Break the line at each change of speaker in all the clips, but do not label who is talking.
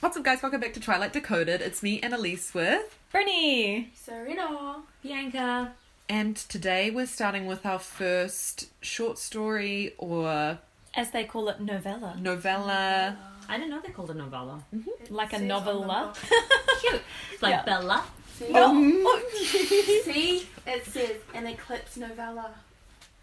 What's up, guys? Welcome back to Twilight Decoded. It's me, Annalise, with.
Bernie.
Serena.
Bianca.
And today we're starting with our first short story or
As they call it, novella.
novella.
I didn't know they called a novella.
Like a novella.
Cute. It's like
Yeah.
Bella.
See? Oh,
Oh.
See? It says an eclipse novella.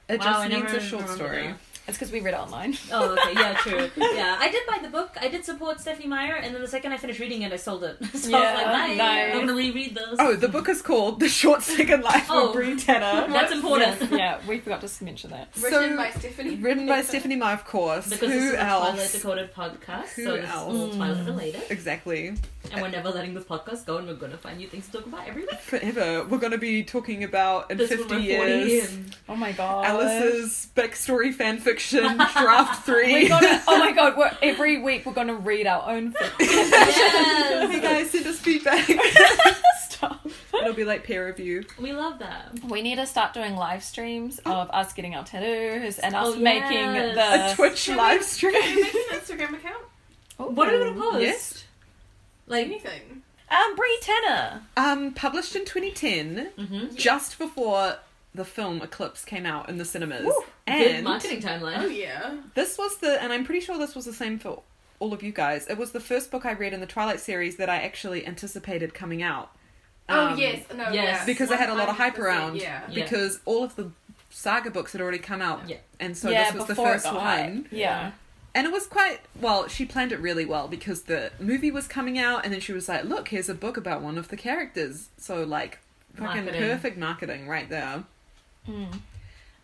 It
Wow, I
just
never
means a short
remembered
story.
that.
it's because we read it online.
Oh, okay. Yeah, true. Yeah, I did buy the book. I did support Stephanie Meyer, and then the second I finished reading it, I sold it. So I
Yeah,
was like, bye.
nice.
I'm gonna reread those.
Oh, the book is called The Short Second Life
Oh.
of Bree Tanner.
That's important.
Yes, yeah, we forgot to mention that.
Written
So-
by Stephanie.
Written by Stephanie Meyer, of course.
Because this is
Who
a Twilight
else?
Dakota podcast,
Who
so this
else?
is all Twilight related,
Exactly.
and we're never letting this podcast go, and we're gonna find new things to talk about every week.
Forever. We're going to be talking about in
This when
50
we're 40
years.
in.
Oh my god.
Alice's backstory fanfiction, draft 3.
We're gonna, oh my god, we're, every week we're going to read our own fiction.
Hey
Yes,
guys, send us feedback.
Stop.
It'll be like peer review.
we love that.
We need to start doing live streams of us getting our tattoos and us
Oh,
making
yes.
the. Oh,
a Twitch
can we-
live stream.
Can you make an Instagram account?
Ooh.
What are we gonna post?
Um, Yes.
Like,
Anything.
Um, Brie Tanner.
Um, published in 2010,
hmm
just before the film Eclipse came out in the cinemas.
Woo,
good
and
marketing
Oh
timeline.
yeah.
this was the, and I'm pretty sure this was the same for all of you guys. It was the first book I read in the Twilight series that I actually anticipated coming out.
oh
Um,
yes. No.
yes.
Yeah.
Because I had a lot of hype
100%,
around.
Yeah.
Yeah.
Because all of the saga books had already come out.
Yeah.
And so
yeah,
this was the
before it
first
got
one.
hype. Yeah.
And it was quite well, she planned it really well because the movie was coming out and then she was like, Look, here's a book about one of the characters. So like fucking
Marketing.
perfect marketing right there.
Mm.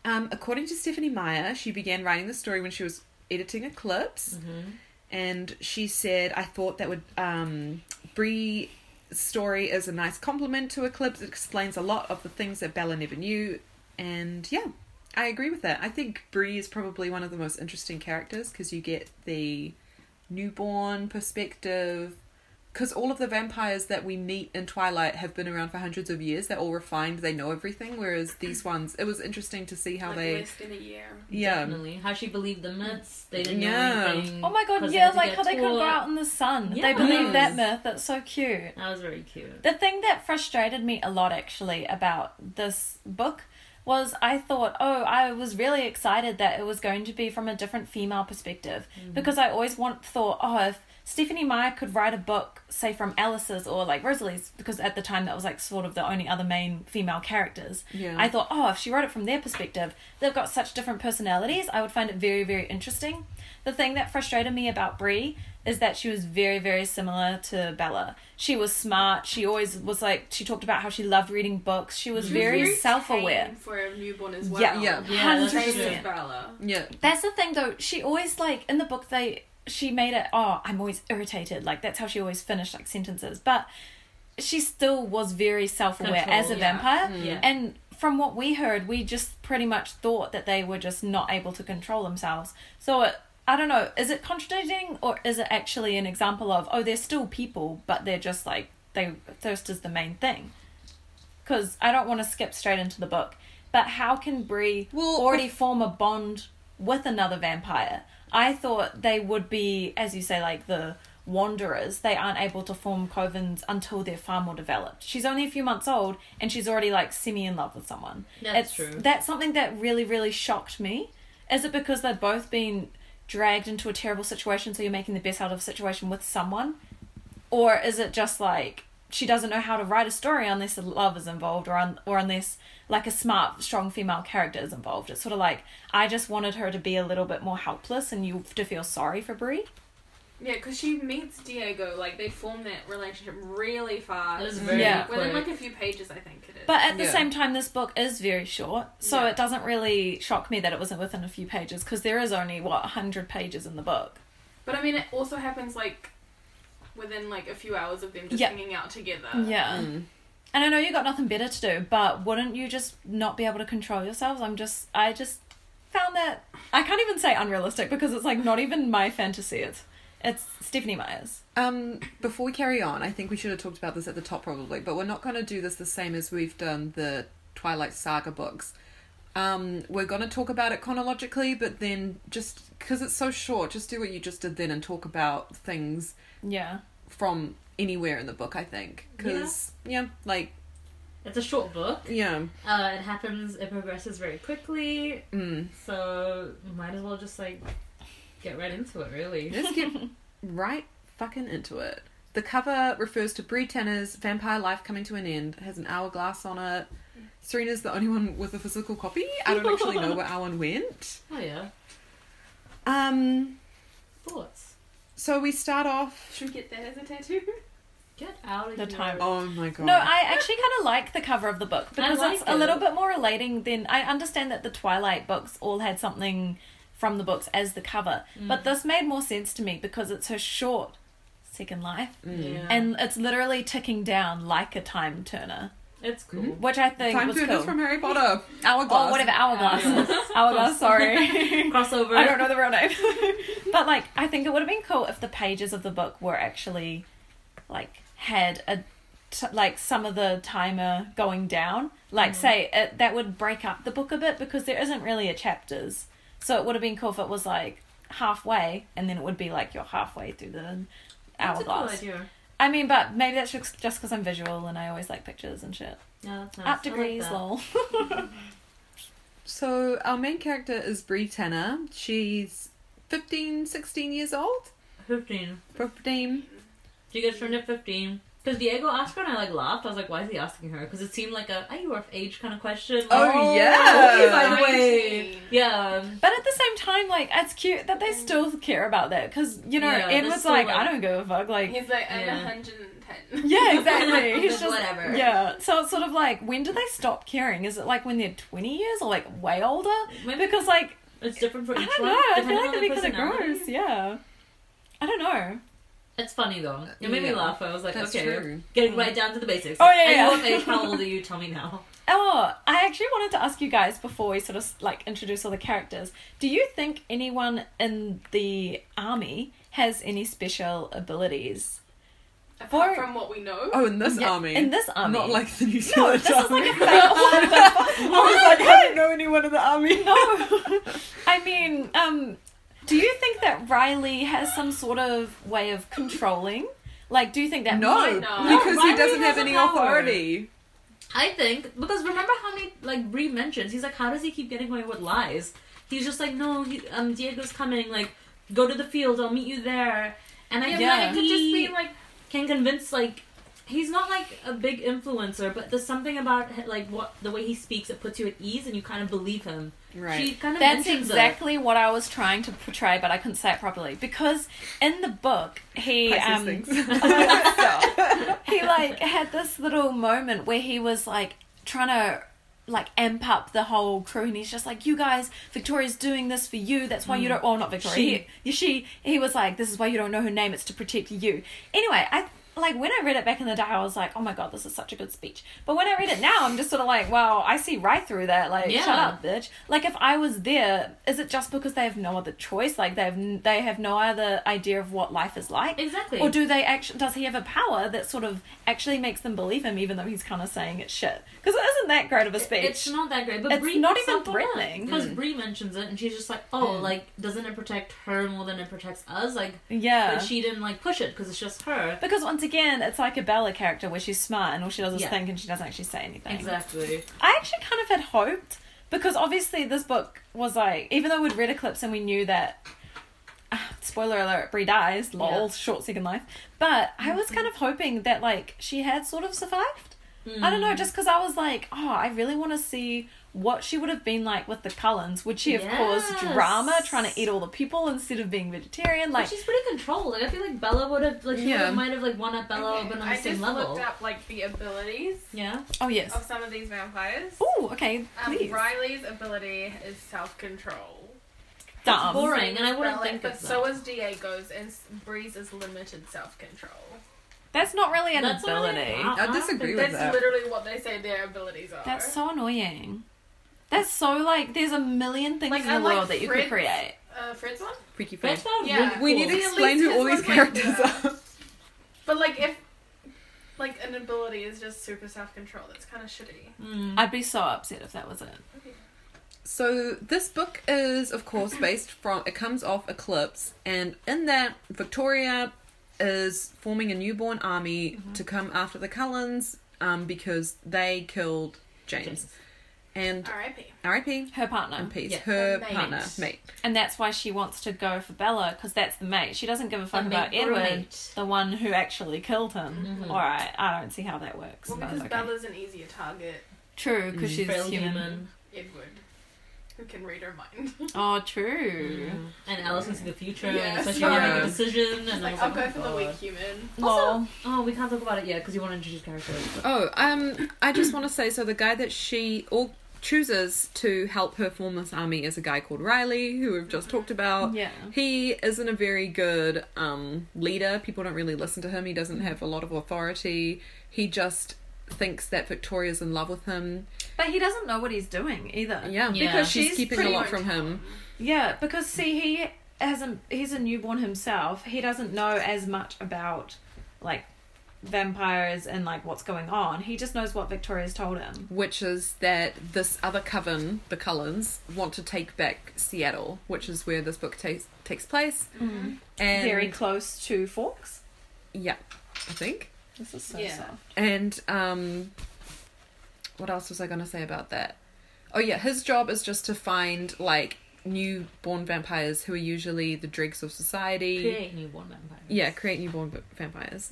Um, according to Stephanie Meyer, she began writing the story when she was editing Eclipse
Mhm.
and she said, I thought that would um Bree story is a nice compliment to Eclipse. It explains a lot of the things that Bella never knew and yeah. I agree with that. I think Bree is probably one of the most interesting characters because you get the newborn perspective. Because all of the vampires that we meet in Twilight have been around for hundreds of years. They're all refined. They know everything. Whereas these ones, it was interesting to see how
like
they,
less than a year.
yeah,
Definitely. How she believed the myths. They didn't
Yeah.
know anything.
Oh my god,
'cause
yeah,
had to
like
get
how they couldn't go
taught.
out in the sun.
Yeah.
They believe that
Mm.
myth. That's so cute.
That was very cute.
The thing that frustrated me a lot actually about this book was I thought, oh, I was really excited that it was going to be from a different female perspective because I always want thought, oh, if Stephanie Meyer could write a book, say from Alice's or like Rosalie's, because at the time that was like sort of the only other main female characters.
Yeah.
I thought, oh, if she wrote it from their perspective, they've got such different personalities. I would find it very, very interesting. The thing that frustrated me about Brie is that she was very, very similar to Bella. She was smart. She always was like, she talked about how she loved reading books. She was
She was
very,
tame
self aware.
for a newborn as well.
Yeah.
Yeah.
Yeah, that's
Same as
100%.
Bella.
yeah,
That's the thing though, she always like, in the book, they, she made it, oh, I'm always irritated. Like, that's how she always finished like sentences. But she still was very self aware
Control,
as a
yeah.
vampire.
Yeah.
And from what we heard, we just pretty much thought that they were just not able to control themselves. So it, I don't know, is it contradicting or is it actually an example of, oh, they're still people, but they're just like, they thirst is the main thing? Because I don't want to skip straight into the book, but how can Brie
Well,
already form a bond with another vampire? I thought they would be, as you say, like the wanderers. They aren't able to form covens until they're far more developed. She's only a few months old and she's already like semi in love with someone.
That's
it's,
true.
That's something that really, really shocked me. Is it because they've both been dragged into a terrible situation, so you're making the best out of a situation with someone? Or is it just like she doesn't know how to write a story unless the love is involved or, un- or unless like a smart, strong female character is involved? It's sort of like I just wanted her to be a little bit more helpless and you to feel sorry for Brie.
Yeah, because she meets Diego. Like they form that relationship really fast.
It was very
Yeah.
quick.
Within like a few pages, I think it is.
But at the
Yeah.
same time, this book is very short, so
Yeah.
it doesn't really shock me that it wasn't within a few pages because there is only, what, 100 pages in the book.
But I mean, it also happens like within like a few hours of them just
Yeah.
hanging out together.
Yeah.
mm.
And I know you got nothing better to do, but wouldn't you just not be able to control yourselves? I'm just, I just found that I can't even say unrealistic because it's like not even my fantasy. It's it's Stephanie Meyer's.
Um, before we carry on, I think we should have talked about this at the top probably, but we're not going to do this the same as we've done the Twilight Saga books. Um, we're going to talk about it chronologically, but then just because it's so short, just do what you just did then and talk about things
Yeah.
from anywhere in the book, I think. Because, yeah. like,
It's a short book.
yeah.
Uh, it happens. It progresses very quickly.
Mm.
So might as well just like get right into it. Really.
Let's get right fucking into it. The cover refers to Bree Tanner's vampire life coming to an end. It has an hourglass on it. Serena's the only one with a physical copy. I don't actually know where our one went.
Oh yeah.
Um,
Thoughts.
so we start off.
Should we get that as a tattoo?
Get out of
The
here.
time.
Oh my god.
No, I actually kind of like the cover of the book because
like
it's a
it.
little bit more relating than I understand that the Twilight books all had something from the books as the cover,
Mm.
but this made more sense to me because it's her short Second Life,
Mm.
Yeah.
and it's literally ticking down like a time turner,
it's cool.
which I think
Time
was
turners
cool.
from Harry Potter. Hourglass.
Oh, whatever, hourglass,
Hourglass.
hourglass. Sorry.
Crossover.
I don't know the real name. but like I think it would have been cool if the pages of the book were actually like had a t- like some of the timer going down.
Mm.
Like say it, that would break up the book a bit because there isn't really a chapters. So it would have been cool if it was like halfway and then it would be like you're halfway through the
That's a cool
hourglass.
idea.
I mean, but maybe that's just just because I'm visual and I always like pictures and shit.
No, that's
Up
nice. Oh, I like
degrees,
that.
lol.
So our main character is Bree Tanner. She's 15, 16 years old.
Fifteen.
15.
She gets turned at 15. Because Diego asked her and I like laughed. I was like, why is he asking her? Because it seemed like a are you of age kind of question. Like,
Oh,
Oh,
yeah.
okay, by the way.
19.
Yeah. um,
But at the same time, like it's cute that they still care about that because you know
Yeah,
Ed
they're
was
still
like,
like-
I don't give a fuck, like
He's like, I'm
Yeah.
110.
yeah, exactly. He's
Just
just
whatever.
Yeah, so it's sort of like when do they stop caring? Is it like when they're twenty years or like way older?
Maybe
Because like
it's different for
I
each
don't
one.
know, I feel
depending
like
on
it
their
because it
personality.
grows. Yeah, I don't know.
It's funny though. It made
Yeah.
me laugh. I was like,
That's
okay.
true.
Getting right down to the basics.
Mm. Oh, yeah, yeah.
Are you of age? How old are you? Tell me now.
Oh, I actually wanted to ask you guys before we sort of like introduce all the characters. Do you think anyone in the army has any special abilities?
Apart
For-
from what we know.
Oh, in this
Yeah,
army.
In this army.
Not like the New
No,
Zealand
this is
army.
like a fake one, but
I was like, I don't know anyone in the army.
no. I mean, um, do you think that Riley has some sort of way of controlling? Like, do you think that
No,
might-
No,
because he
Riley
doesn't
has
have
a
any
power.
authority.
I think because remember how many like Bree mentions he's like, how does he keep getting away with lies? He's just like, no, he, um, Diego's coming. Like, go to the field. I'll meet you there. And I
yeah,
feel
Yeah.
like
but it could just
he-
be like,
can convince like he's not like a big influencer but there's something about like what the way he speaks it puts you at ease and you kind of believe him she
Right.
kind of
That's
mentions it.
exactly what I was trying to portray, but I couldn't say it properly because in the book he
Pisces
um,
things.
he like had this little moment where he was like trying to like amp up the whole crew and he's just like you guys victoria's doing this for you that's why you don't well not victoria
Mm. She.
He, she he was like this is why you don't know her name it's to protect you anyway i like when i read it back in the day i was like oh my god this is such a good speech but when i read it now i'm just sort of like wow i see right through that like shut
Yeah.
up bitch like if i was there is it just because they have no other choice like they have n- they have no other idea of what life is like
exactly
or do they actually? Does he have a power that sort of actually makes them believe him, even though he's kind of saying it's shit? Because it isn't that great of a speech.
it's not that great but
It's
Bree
not
picks
even
up on that,
threatening.
because Bree mentions it and she's just like oh
Mm.
like doesn't it protect her more than it protects us like
yeah.
but she didn't like push it because it's just her
because once again, it's like a Bella character where she's smart and all she does is
Yeah.
think and she doesn't actually say anything.
exactly
I actually kind of had hoped because obviously this book was like, even though we'd read Eclipse and we knew that. ah, Spoiler alert, Brie dies, lol,
Yeah.
short second life. But I was kind of hoping that, like, she had sort of survived. I don't
Mm.
know, just because I was like, oh, I really want to see what she would have been like with the Cullens. Would she have caused
Yes.
drama trying to eat all the people instead of being vegetarian?
like
Like,
she's pretty controlled like i feel like bella would have like she
Yeah.
would've- might have like won at bella
okay,
but on
I
the same
just
level
looked up like the abilities
yeah
oh, yes.
um,
of some of these vampires.
Oh, okay,
Um,
please.
Riley's ability is self control.
Dumb.
boring. and I wouldn't
Well,
think
but
of
so is Diego's, and S- Breeze is limited self control.
That's not really an
That's not really-
ability.
wow.
I
don't
disagree
think
with
That's
that.
literally what they say their abilities are.
That's so annoying. That's so, like, there's a million things
Like,
in the
I like
world that you could
Fred's-
create.
uh, Fred's one,
Freaky
That
Fred.
sounds
Yeah.
really
We
cool.
need to
See, at
explain
least
who
his
all these
was like
characters
the-
are.
but like if like an ability is just super self control, that's kind of shitty.
Mm.
I'd be so upset if that was it.
So this book is, of course, based from it comes off Eclipse, and in that Victoria is forming a newborn army to come after the Cullens um, because they killed James.
James.
And
R.I.P.
R.I.P.
her partner.
in peace.
Yeah.
Her
Mate.
partner, mate.
And that's why she wants to go for Bella, because that's the mate. She doesn't give a fuck
A
about
mate or a
Edward,
mate.
the one who actually killed him. All right, I don't see how that works.
Well,
but
because
okay.
Bella's an easier target.
True, because she's
Frail
human.
human.
Edward, who can read her mind.
Oh, true.
And Alice can see the future,
Yeah,
and so she
sorry.
can make a decision.
She's
and
like,
I
I'll
was like,
go
oh
for
my
the weak
God.
human.
Lol.
Oh, we can't talk about it yet because you want to introduce characters.
Oh, um, I just want to say so the guy that she all chooses to help her form this army is a guy called Riley, who we've just talked about.
Yeah.
He isn't a very good um, leader. People don't really listen to him. He doesn't have a lot of authority. He just thinks that Victoria's in love with him.
But he doesn't know what he's doing either.
Yeah,
Yeah.
Because
she's,
she's
keeping a
pretty
lot
much-
from him.
Yeah, because see, he hasn't. He's a newborn himself. He doesn't know as much about like vampires and like what's going on. He just knows what Victoria's told him.
which is that this other coven, the Cullens, want to take back Seattle, which is where this book takes takes place.
Mm-hmm.
And
Very close to Forks.
yeah, I think.
This is so
Yeah.
soft.
And um, what else was I going to say about that? Oh yeah, his job is just to find like newborn vampires who are usually the dregs of society.
Create newborn vampire.
Yeah, create newborn v- vampires.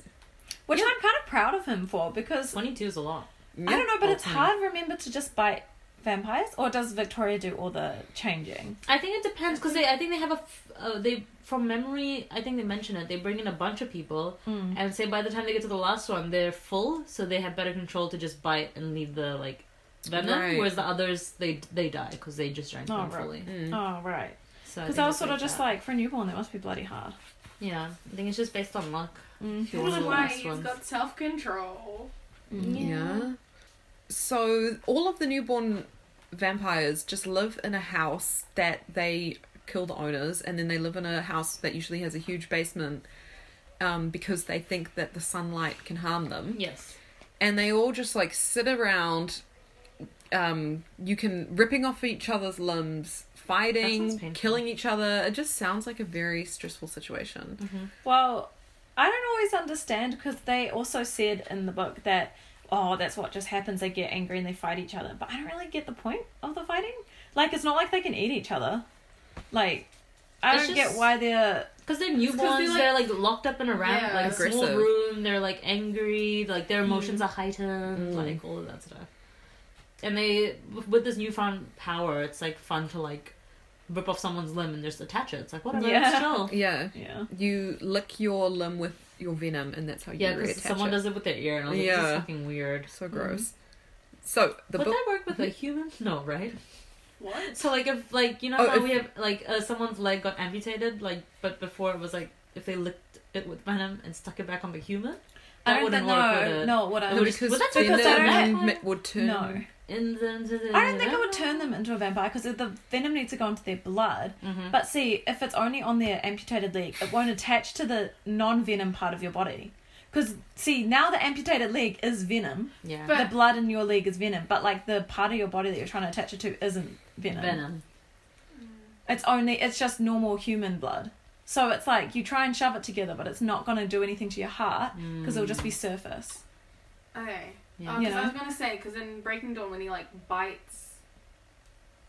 Which I'm kind of proud of him for because
Twenty-two is a lot.
I don't know, but
Yeah.
it's hard. to Remember to just bite vampires, or does Victoria do all the changing?
I think it depends because they. I think they have a. f- Uh, they from memory. I think they mention it. They bring in a bunch of people
Hmm.
and say by the time they get to the last one, they're full, so they have better control to just bite and leave the like venom.
Right.
Whereas the others, they they die because they just drank
Oh,
them
right.
fully.
Mm.
Oh right,
So
because
think
I was
it's
sort of just
that.
like for a newborn, that must be bloody hard.
Yeah, I think it's just based on luck.
Mm.
If you're
That's
one of the
why
last
he's
ones.
got self control.
Mm.
Yeah. So all of the newborn vampires just live in a house that they kill the owners, and then they live in a house that usually has a huge basement. Um, because they think that the sunlight can harm them,
Yes.
and they all just like sit around. Um, you can ripping off each other's limbs,
That
fighting,
sounds painful.
killing each other. It just sounds like a very stressful situation.
Well, I don't always understand because they also said in the book that oh, that's what just happens. They get angry and they fight each other. But I don't really get the point of the fighting. Like it's not like they can eat each other. Like I
It's
don't
just-
get why they're
Because they're
'cause
newborns,
they, like-
they're like locked up in a ram,
Yeah.
like a small
Aggressive.
room. They're like angry, like their emotions are
Mm.
heightened, like all of that stuff. And they, with this newfound power, it's like fun to like rip off someone's limb and just attach it. It's like whatever,
Yeah.
it's chill.
Yeah,
yeah.
you lick your limb with your venom, and that's how Oh, you
Yeah,
reattach
because someone
it.
does Mm-hmm. it with their ear, and I was like, this is
Yeah.
fucking weird.
So gross. So the
Would
book.
that work with a human? No, right?
What?
So like if like you know
Oh,
how
if-
we have like uh, someone's leg got amputated, like but before it was like if they licked it with venom and stuck it back on the human,
I
That
don't
wouldn't
think
work, would
no,
it?
no, it wouldn't.
No,
was-
because
was that
then
because
the
I don't-
venom ma- would turn.
no.
in the, in the
I don't think it would turn them into a vampire because the venom needs to go into their blood.
Mhm.
But see, if it's only on their amputated leg, it won't attach to the non venom part of your body. Because, see, now the amputated leg is venom.
Yeah.
But-
the blood in your leg is venom, but like the part of your body that you're trying to attach it to isn't venom.
Venom.
Mm.
It's only, it's just normal human blood. So it's like you try and shove it together, but it's not going to do anything to your heart
Mm.
because it'll just be surface.
Okay.
Yeah.
Oh, 'cause
You know?
I was gonna say, because in Breaking Dawn, when he like bites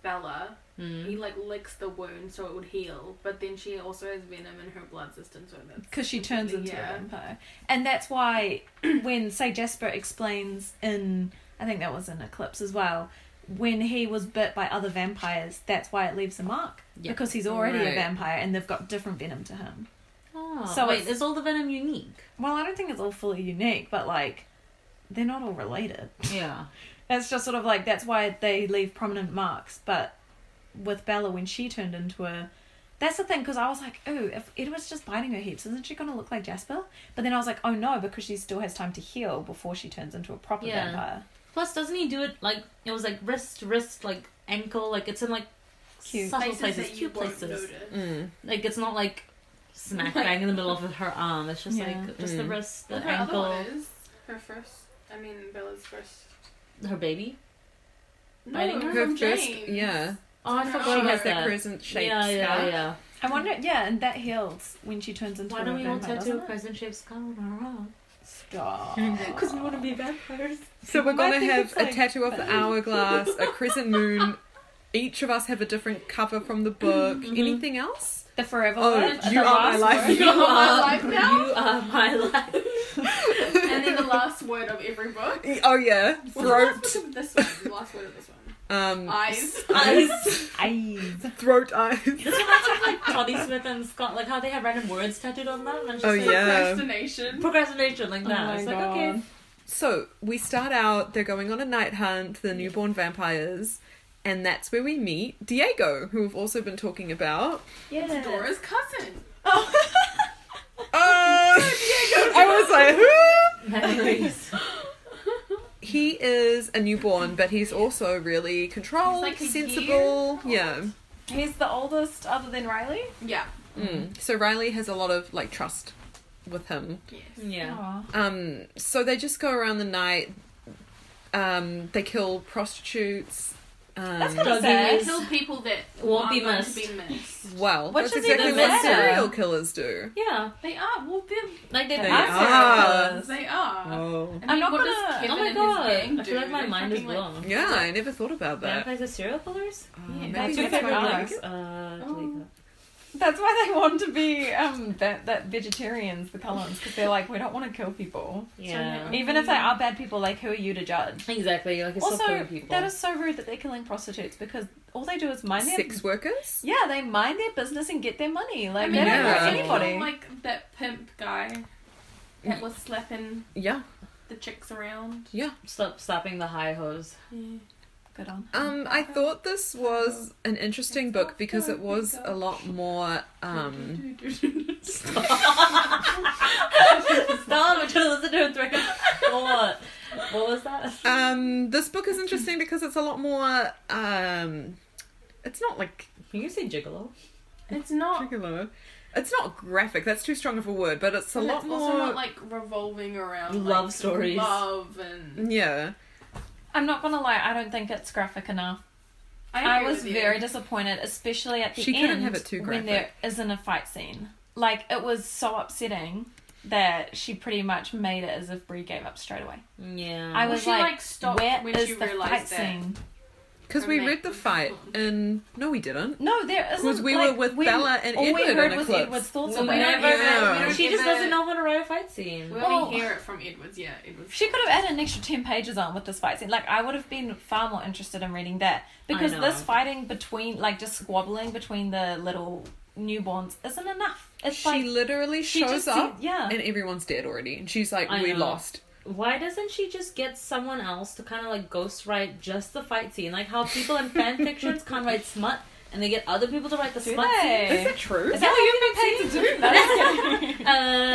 Bella,
Mm.
he like licks the wound so it would heal, but then she also has venom in her blood system, so that's
because she turns into
Yeah.
a vampire. And that's why when say Jasper explains in I think that was in Eclipse as well, when he was bit by other vampires, that's why it leaves a mark.
Yeah.
Because he's already
Right.
a vampire and they've got different venom to him.
Oh,
So
wait,
it's-
is all the venom unique?
Well, I don't think it's all fully unique, but like they're not all related.
Yeah.
It's just sort of like that's why they leave prominent marks. But with Bella, when she turned into a, that's the thing because I was like, oh, if Edward's just biting her heaps, isn't she gonna look like Jasper? But then I was like, oh no, because she still has time to heal before she turns into a proper
Yeah.
vampire.
Plus, doesn't he do it like it was like wrist, wrist, like ankle, like it's in like
Cute.
subtle places,
that you
cute
won't
places.
notice.
Mm.
Like it's not like smack bang in the middle of her arm. It's just
Yeah.
like just the
Mm.
wrist, the
Well, her other
ankle,
one is her first. I mean, Bella's first.
her baby.
No,
Biting
her
her?
Her
from
first,
James.
yeah,
Oh, I
She
forgot
she
about
has that
that.
crescent shaped
yeah, yeah,
scarf.
yeah.
I wonder. Yeah, and that heals when she turns into.
Why
a
don't we all
vampire,
tattoo a
doesn't it?
crescent shaped skull on our arm?
Stop.
Because we want to be vampires.
So we're
People might
gonna
think
have
it's
a
like-
tattoo of the hourglass, a crescent moon. Each of us have a different cover from the book. Anything else?
the forever.
Oh,
love,
you
the
are my
last
life.
word.
You
are my life now?
You are my life.
and then the last word of every book.
E- Oh yeah,
What's the last
throat.
book of this one? The last word of this one.
Um,
Eyes.
Eyes.
Eyes.
throat eyes.
This reminds me of like Toddie Smith and Scott, like how they have random words tattooed on them. And just
Oh,
like,
yeah.
Procrastination.
Procrastination, like that. it's like, okay.
So we start out. They're going on a night hunt for the newborn vampires, and that's where we meet Diego, who we've also been talking about.
Yeah.
Dora's cousin.
Oh, Diego! I was like, who?
Memories.
he is a newborn, but he's also really controlled,
He's like a
sensible. Yeah.
He's the oldest, other than Riley.
Yeah.
Mm. So Riley has a lot of like trust with him.
Yes.
yeah.
Aw.
Um, so they just go around the night. Um, they kill prostitutes.
That's
Um,
kinda
Doggy
sad.
is-
Kill people that
Won't be
are meant
missed.
To be missed.
well,
Which
that's
is
exactly
even
what
better.
serial killers do.
Yeah.
They are. Well, they're,
Like they
They
are.
pass
they are.
Oh.
I mean,
not
what does
gonna-
Kevin
Oh my
and his
god.
gang
I feel like
do?
my
They
mind is
fucking, like,
blown.
Yeah, I never thought about that.
Vampires are serial killers?
Oh,
Yeah,
maybe
that's
that's
your
why
favorite
I
line.
like it.
Uh,
Oh.
Jalika.
That's why they want to be um that, that vegetarians, the Cullens, because they're like, we don't want to kill people.
Yeah.
Even if they are bad people, like who are you to judge?
Exactly. Like it's also,
also,
people.
that is so rude that they're killing prostitutes because all they do is mind their
Sex workers.
yeah, they mind their business and get their money. Like
I mean,
they don't
yeah.
hurt
they
anybody.
feel Like that pimp guy
Mm.
that was slapping
Yeah.
the chicks around.
Stop slapping the high hose.
Good on.
Um, I thought this was an interesting book because it was a lot more. Um,
Stop! I'm trying to listen to her through. What? What was that?
Um, this book is interesting because it's a lot more. Um, it's not like
Can you say gigolo?
It's not.
particular. It's not graphic. That's too strong of a word, but it's a
and
lot
it's
more.
also not like revolving around
Love
like,
stories.
Love and
yeah,
I'm not gonna lie, I don't think it's graphic enough. I,
agree
was
with you.
very disappointed, especially at the
She
end
couldn't have it too
when there
graphic.
isn't a fight scene. Like it was so upsetting that she pretty much made it as if Brie gave up straight away.
Yeah.
I
Mm. Well,
was
she,
like,
like, stopped
where
when
is
she
the
realised
fight
that.
scene?
because
Her
we
mate
read the
was
fight,
gone.
and no, we didn't.
No, there isn't.
Because we
like,
were with
we-
Bella and
all we
Edward
heard
on
was
Eclipse.
Edward's thoughts
Well,
on
we
it.
never,
Yeah.
we don't
she just
ever-
doesn't know how to write a fight scene.
We
Well-
only hear it from Edwards. Yeah, Edwards.
She could have added an extra ten pages on with this fight scene. Like I would have been far more interested in reading that because
know.
this fighting between, like, just squabbling between the little newborns isn't enough. It's
She
like
literally
she
shows
just
up,
seemed- yeah.
and everyone's dead already, and she's like,
I
"We
know.
lost."
Why doesn't she just get someone else to kind of like ghostwrite just the fight scene? Like how people in fan fictions can't write smut and they get other people to write the
Do
smut
they?
scene.
Is
that true?
is that what you've been paid to do? No, I'm just kidding.
Uh,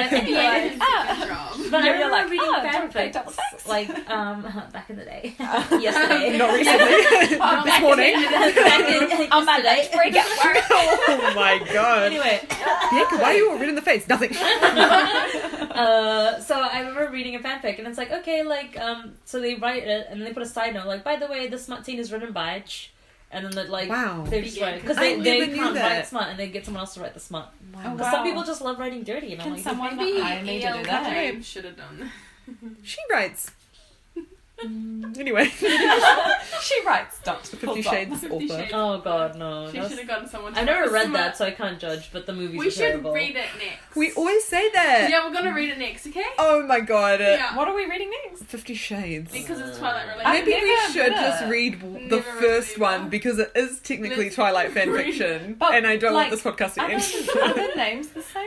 Anyway,
anyway,
it's a good job.
but I
You're
remember
like,
reading
"Oh,
fan
don't play double
fics
sex."
like um back in the day, yesterday,
Not recently.
Oh,
this morning.
back in,
On my lunch
yesterday.
break at work.
oh my god.
Anyway,
Bianca, why are you all red in the face? Nothing.
uh, so I remember reading a fanfic, and it's like, okay, like, um, so they write it, and they put a side note, like, by the way, this smut scene is written by, ch-, and then they're like,
Wow.
they just write because
I
they,
never
they
knew
can't
that.
write smut, and they get someone else to write the smut.
Oh,
But
wow.
some people just love writing dirty, and I'm
Can
like,
someone
Maybe
I need to do
E.L.
that.
James should have done. that.
She writes. anyway,
She writes. Dot.
Fifty Shades
Fifty
author.
Shades.
oh god, no.
She
that's-
should have gotten someone. to
I've
write
never
the
read
smut.
that, so I can't judge. But the movies
We
are
should
terrible.
read it next.
We always say that.
Yeah, we're gonna read it next, okay?
Oh my god.
yeah.
What are we reading next?
Fifty Shades.
Because it's Twilight related.
I
Maybe we
never
should
read
just
it.
read w- the
Never read
first
it
one
either.
because it is technically
Let's
Twilight fan
read it.
fiction,
But,
and I don't want
like,
this podcast to
Are
end.
the, are the names the same?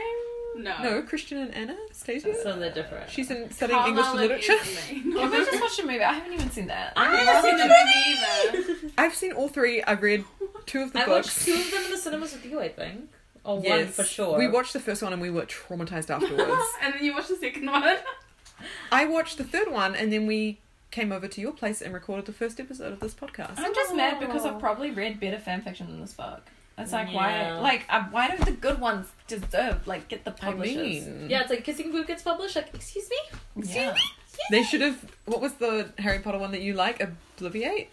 no.
no, Christian and Anna stays here.
So they're different.
She's in studying English
Carmel and
literature.
Esme.
Can we just watch a movie? I haven't even seen that.
I
I've
haven't
seen the movie either.
I've seen all three. I've read two of the
I watched
books.
two of them in the cinemas with you, I think, or one
Yes,
for sure.
We watched the first one and we were traumatized afterwards.
and then you watch the second one.
I watched the third one and then we came over to your place and recorded the first episode of this podcast.
I'm just mad because I've probably read better fanfiction than this book. It's like
Yeah.
why, like uh, why don't the good ones deserve like get the
I
publishers?
mean,
Yeah, it's like Kissing Booth gets published. Like, excuse me.
yeah.
they should have. What was the Harry Potter one that you like? Obliviate.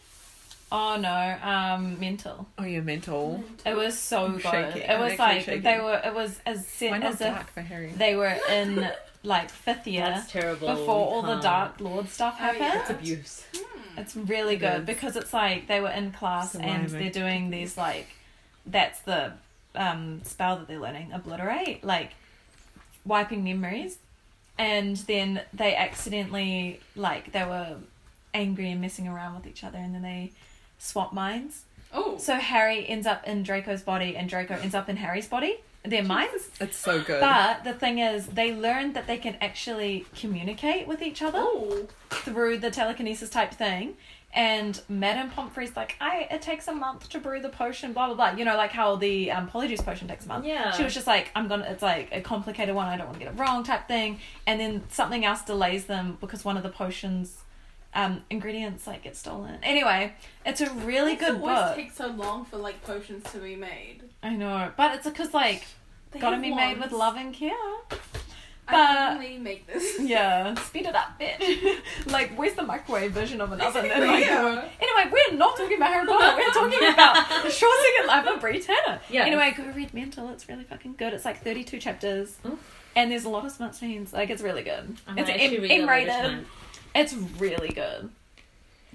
Oh no, um, mental.
Oh, you're mental.
It was so
I'm
good.
shaking.
It
I'm
was
actually
like
shaking.
they were. It was as
Why
set
not
as if
dark for Harry?
they were in like fifth year
That's terrible.
before all the
Can't.
Dark Lord stuff
Oh, yeah.
happened.
It's abuse.
Hmm.
It's really
Yes.
good because it's like they were in class and
Surviving.
they're doing these like that's the um, spell that they're learning obliterate like wiping memories and then they accidentally like they were angry and messing around with each other and then they swap minds
Oh,
so Harry ends up in Draco's body and Draco ends up in Harry's body their minds
It's so good.
but the thing is they learned that they can actually communicate with each other
oh,
through the telekinesis type thing. And Madame Pomfrey's like, I it takes a month to brew the potion, blah blah blah. You know, like how the um, polyjuice potion takes a month.
Yeah.
She was just like, I'm gonna. It's like a complicated one. I don't want to get it wrong, type thing. And then something else delays them because one of the potions, um, ingredients like get stolen. Anyway, it's a really
Why does
good
it always
book.
take so long for like potions to be made.
I know, but it's because like
They
gotta
have
be made with
wands.
love and care.
I
but-
can only make this.
Yeah, speed it up, bitch. like, where's the microwave version of an oven? in my
Yeah.
room? Anyway, we're not talking about Harry Potter. We're talking about The Short Second Life of Brie Tanner.
Yeah.
Anyway, go read Mental. It's really fucking good. It's like 32 chapters.
Oof.
And there's a lot of smart scenes. Like, it's really good.
I
it's
might actually
M-
read that later
M-rated.
tonight.
It's really good.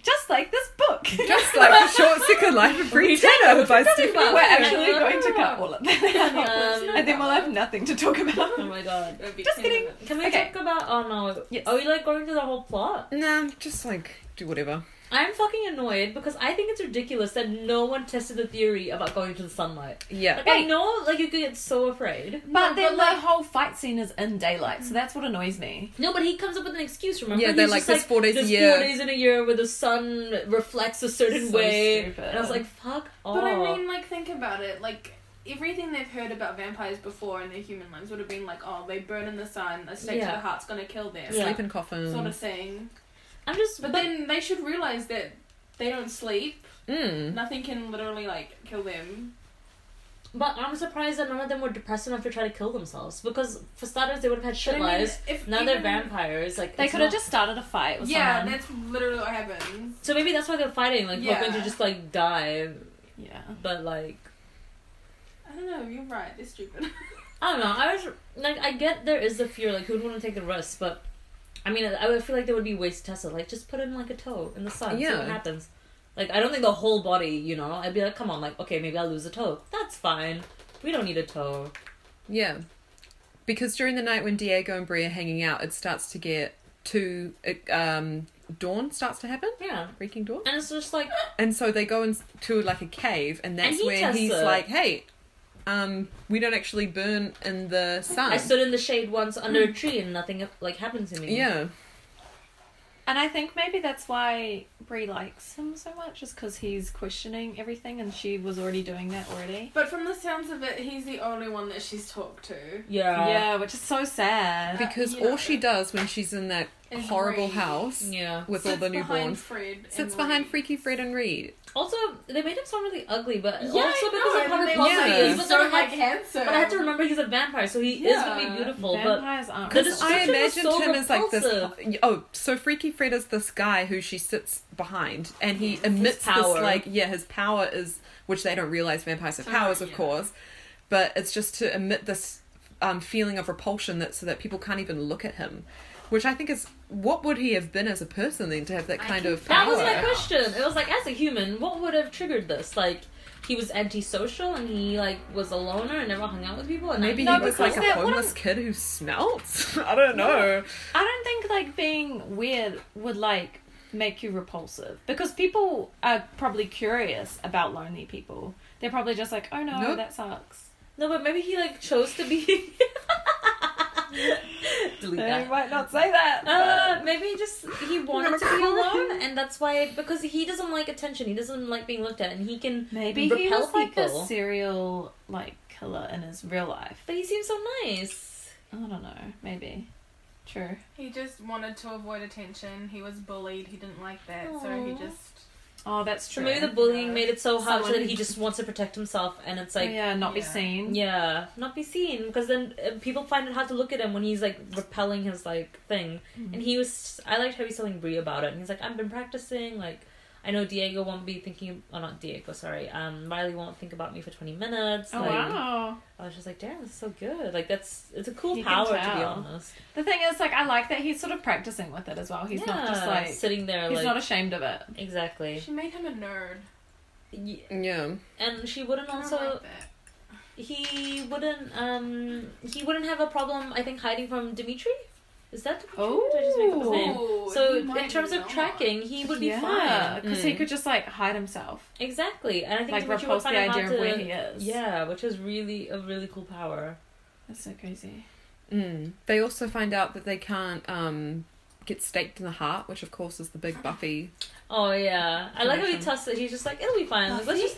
Just like this book.
Just like the short second life of Brie Tanner by Stephen.
We're actually
Yeah.
going to cut all of that out.
Um,
and then we'll have nothing to talk about.
Oh my god.
It would be
Just
ten
kidding.
minutes.
Can we
Okay.
talk about? Oh no.
Yes.
Are we like going through the whole plot?
Nah, just like do whatever.
I'm fucking annoyed because I think it's ridiculous that no one tested the theory about going to the sunlight.
Yeah.
Like, I
Hey.
know, like you could get so afraid.
But
No,
then
but,
the
like-
whole fight scene is in daylight, so that's what annoys me.
No, but he comes up with an excuse. Remember?
Yeah,
He's
they're
just
like, "There's four days a
there's
year."
four days in a year where the sun reflects a certain
So
way.
stupid.
And I was like, "Fuck off."
But I
Oh.
mean, like, think about it. Like, everything they've heard about vampires before in their human lives would have been like, oh, they burn in the sun, a stake to
Yeah.
the heart's gonna kill them.
Yeah.
Sleep in coffins.
Mm.
Sort of thing.
I'm just.
But, then they should realize that they don't sleep.
Mm.
Nothing can literally, like, kill them.
But I'm surprised that none of them were depressed enough to try to kill themselves because, for starters, they would have had
But
shit
I mean,
lives.
if
Now they're
even-
vampires. Like
They
it's
could have
not-
just started a fight with
Yeah,
someone.
that's literally what happens.
So maybe that's why they're fighting, like
Yeah.
hoping to just like die.
Yeah.
But like,
I don't know, you're right, they're stupid.
I don't know. I was like, I get there is the fear, like who'd want to take the risk, but I mean, I would feel like there would be ways to test it. Like just put in like a toe in the sun, see
Yeah.
what happens. Like I don't think the whole body, you know. I'd be like, come on, like okay, maybe I'll lose a toe. That's fine. We don't need a toe.
Yeah. Because during the night when Diego and Brie are hanging out, it starts to get too. It, um, dawn starts to happen.
Yeah.
Freaking dawn.
And it's just like
And so they go into like a cave, and that's
And he
where
tests
he's
it.
like, "Hey, um, we don't actually burn in the sun."
I stood in the shade once under a tree and nothing like happened to me.
yeah,
And I think maybe that's why Brie likes him so much, is because he's questioning everything and she was already doing that already.
but from the sounds of it, he's the only one that she's talked to.
Yeah.
yeah, which is so sad.
because
you know.
all she does when she's in that
Is
horrible
Reed.
house
Yeah.
with all
Sits
the
behind
newborns
Fred. and
sits behind
Reed.
Freaky Fred and Reed.
Also, they made him sound really ugly, but
Yeah,
also because
I
of
know,
how
and they
repulsive
repulsive
he
he
is.
is. But,
so, like,
then, like,
handsome.
but I had to remember he's a vampire, so he is going to
Yeah.
be beautiful.
Vampires aren't.
the description
I
was
imagined
so
him as like this.
repulsive.
Oh, so Freaky Fred is this guy who she sits behind, and he emits
power.
this like yeah, his power is which they don't realize vampires have powers, of
yeah.
course, but it's just to emit this um, feeling of repulsion that so that people can't even look at him, which I think is what would he have been as a person then to have that
I
kind
think
of
That
power?
was my question. It was like, as a human, what would have triggered this? Like, he was antisocial and he like was a loner and never hung out with people. And
Maybe
No,
he was like
because
a
that wouldn't-
homeless kid who smelts. I don't know.
I don't think like being weird would like make you repulsive because people are probably curious about lonely people. They're probably just like, oh no,
Nope.
that sucks.
no, but maybe he like chose to be. Delete
They
that.
might not say that.
Uh,
but-
maybe just he wanted to be alone, and that's why because he doesn't like attention. He doesn't like being looked at, and he can
Maybe he
repel
was like a
people.
serial like killer in his real life.
But he seems so nice.
I don't know. Maybe. True.
He just wanted to avoid attention. He was bullied. He didn't like that, so he
Aw.
just.
Oh, that's
So
true.
maybe the bullying
Yeah.
made it so hard
Someone-
that he just wants to protect himself, and it's
Oh,
like
yeah, not be
Yeah.
seen.
Yeah, not be seen because then uh, people find it hard to look at him when he's like repelling his like thing. And he was, I liked how he's telling Brie about it, and he's like, "I've been practicing, like, I know Diego won't be thinking, oh not Diego, sorry, um, Riley won't think about me for twenty minutes.
Oh
like,
wow.
I was just like, damn, that's so good. Like that's it's a cool
You can
power to be
tell.
honest.
The thing is, like, I like that he's sort of practicing with it as well. He's not just
Yeah,
like he's
sitting there like
not ashamed of it.
exactly.
She made him a nerd.
Ye-
Yeah.
And she wouldn't
I don't
also.
like that.
he wouldn't um he wouldn't have a problem i think hiding from dimitri is that dimitri
Oh.
Did i just make up his name
Ooh,
so
Oh, he
in
might
terms of
not.
tracking he would be fine
because he
Mm.
could just like hide himself,
exactly and i think
like
dimitri would
repulse the
find out
idea
how
of where
to
he is.
yeah which is really a really cool power
that's so crazy.
Mm. They also find out that they can't um, get staked in the heart, which of course is the big Buffy.
oh yeah i like how he
Connection.
tosses it he's just like it'll be fine like, let's just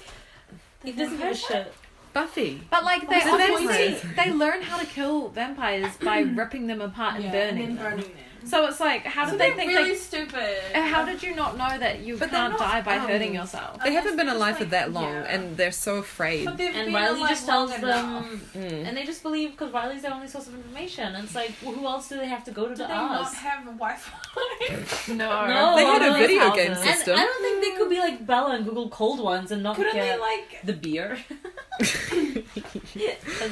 he doesn't give a shit
Buffy.
But like they
Is it
obviously
vampires?
they learn how to kill vampires by ripping them apart and
Yeah,
burning
and then
them.
burning them.
So it's like, how
So
did
they're
they think?
really
They, uh,
stupid.
how did you not know that you
But they're
can't
not,
die by
um,
hurting yourself?
They
Unless
haven't been
they're just
alive for
like-
that long,
yeah.
and they're so afraid.
But they've
and
been
riley
alive
just tells
long
them
enough.
Mm.
and they just believe because riley's their only source of information and it's like well, who else do they have to go to
Do
but
they
us
not have Wi-Fi?
No,
No,
They had a
those
video
houses.
game system.
And I don't think they could be like Bella and Google cold ones and not
Couldn't
get
they like?
the beer. That's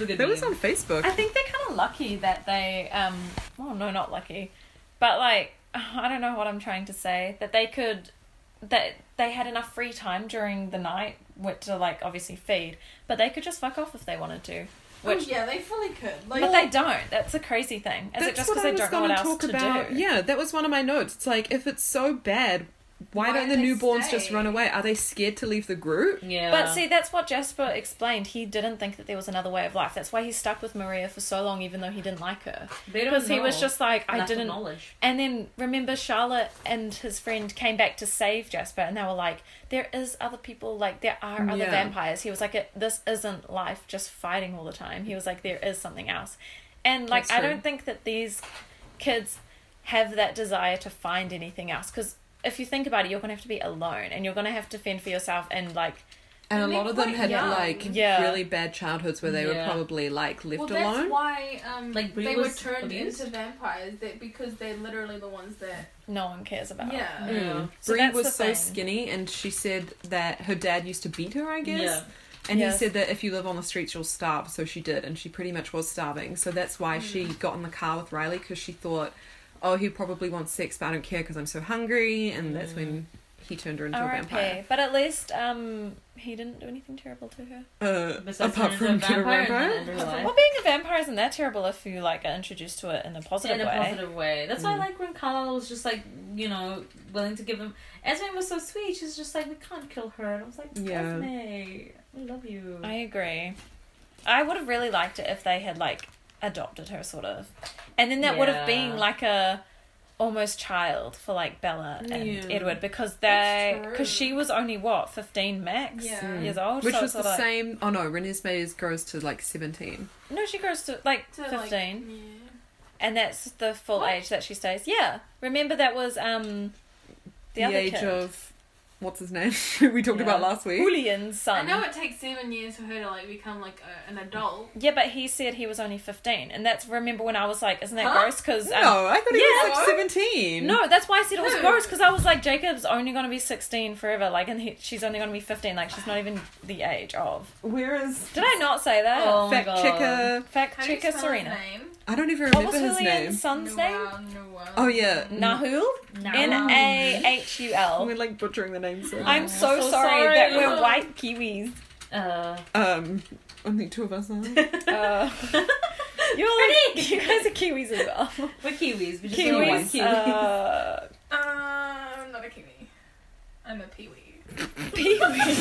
a good
That was
meme.
on Facebook.
I think they're kind of lucky that they, um, well, no, not lucky, but like, I don't know what I'm trying to say, that they could, that they had enough free time during the night which to like obviously feed, but they could just fuck off if they wanted to. Which,
oh yeah, they fully could. Like,
but they don't. That's a crazy thing. Is it just because they don't know what
gonna
else to do?
Yeah, that was one of my notes. It's like if it's so bad, why,
Why
don't the
do they
newborns just
stay?
run away? Are they scared to leave the group?
Yeah.
But see, that's what Jasper explained. He didn't think that there was another way of life. That's why he stuck with Maria for so long, even though he didn't like her.
they don't
Because he was
know.
just like, I
Lack of
didn't
knowledge.
And then remember Charlotte and his friend came back to save Jasper and they were like, There is other people, like there are other
Yeah.
vampires. He was like, "It- This isn't life just fighting all the time. He was like, There is something else. And like
That's
I
true.
don't think that these kids have that desire to find anything else because if you think about it, you're gonna have to be alone and you're gonna have to fend for yourself and like
And,
And
a
they're
lot of them
quite
had
young.
like
Yeah.
really bad childhoods where they were
Yeah.
probably like left
well,
alone.
that's why um,
Like, Brie
they were
was
turned
abused?
into vampires that, because they're literally the ones that.
no one cares about.
Yeah.
Yeah.
So
Mm. Brie
that's the
was so
thing.
skinny, and she said that her dad used to beat her. I guess.
Yeah.
And
Yes.
he said that if you live on the streets, you'll starve. So she did, and she pretty much was starving. So that's why she
Hmm.
got in the car with Riley because she thought, oh, he probably wants sex, but I don't care because I'm so hungry. And that's when
Hmm.
he turned her into a vampire.
R.I.P. But at least um he didn't do anything terrible to her.
Uh,
Besides
apart
turning
from
into
being a
and
vampire.
then every life.
Well, being a vampire isn't that terrible if you like are introduced to it in a positive
In a
way.
positive way. That's why I
Mm.
like when Carlisle was just like, you know, willing to give him. Esme was so sweet. She's just like, we can't kill her. And I was like,
Yeah.
Esme, we love you.
I agree. I would have really liked it if they had like adopted her, sort of, and then that would have
Yeah.
been like a almost child for like Bella and
Yeah.
Edward because they
That's true.
because she was only what fifteen max
Yeah.
Mm.
years old,
Which
so
was
it's
the
like,
same. Oh no, Renesmee grows to like 17.
No, she grows to like
To, like,
fifteen,
yeah.
and that's the full
What?
age that she stays. Yeah, remember that was um the,
The,
other
age
kid.
of. What's his name? who we talked
Yeah.
about last week.
Julian's son.
I know it takes seven years for her to like become like a, an adult.
Yeah, but he said he was only 15. And that's, remember when I was like, isn't that
Huh?
gross? Because.
No, I thought he was like
Yeah.
17.
No, that's why I said it was
No.
gross because I was like, Jacob's only going to be 16 forever. Like, and he, she's only going to be 15. Like, she's not even the age of.
Whereas.
Did I not say that?
Oh my
Fact
God.
checker.
Fact
How do you
checker
spell his
Serena.
name?
I don't even
What
remember
was
his name.
Julian's son's name?
Noel.
Oh yeah.
Nahul?
Now-
N A H U L.
We're like butchering the names. so-
I'm so,
so
sorry,
sorry.
that we're white Kiwis.
Uh,
Um, only two of us are.
Uh, you're like, you guys are Kiwis as well.
we're Kiwis. We just don't know why
Kiwis. Uh,
Uh, I'm not a kiwi. I'm a peewee.
Peewee. what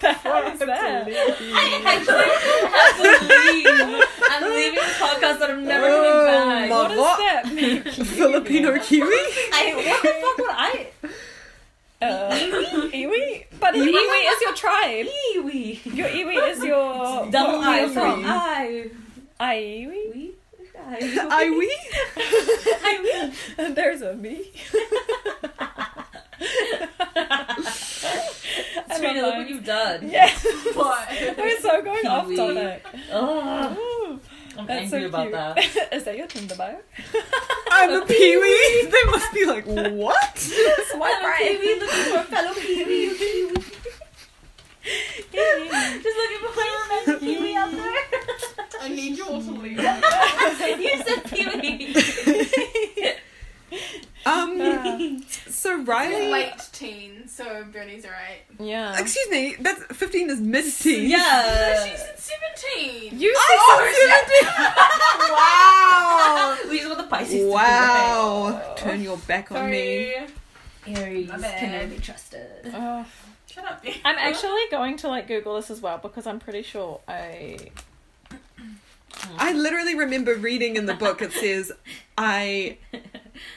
the hell is that?
I have to
Uh.
leave. I'm leaving this podcast that I'm never
Oh,
coming back.
my-
What does that mean?
Filipino kiwi.
I, what the fuck would I?
Uh, iwi? But an iwi is your tribe.
Kiwi.
Your iwi is your
Double
Where
I
are
from
we?
I.
iwi.
We.
I we.
I.
And there's a me. I
Serena,
love
look what
mine.
you've done.
Yeah,
What?
we're so going off
Kiwi.
topic.
Ugh.
Ooh.
I'm
That's
angry
so
about
cute.
that.
Is that your Tinder bio?
I'm a peewee. they must be like, what?
Swipe
Kiwi looking for a fellow Kiwi. Just looking for my friend Kiwi out there.
I need you all to leave.
you said Kiwi.
Um, so Riley.
Late teen, so Bernie's alright.
Yeah.
Excuse me, that's 15 is mid teen. Uh,
No,
Yeah.
she said seventeen.
You said
we just want the Pisces.
17. wow. Wow. Turn your back on me.
Sorry.
Aries
My bad.
cannot be trusted.
Ugh.
Shut up. Ben.
I'm actually going to like Google this as well because I'm pretty sure I.
I literally remember reading in the book it says, I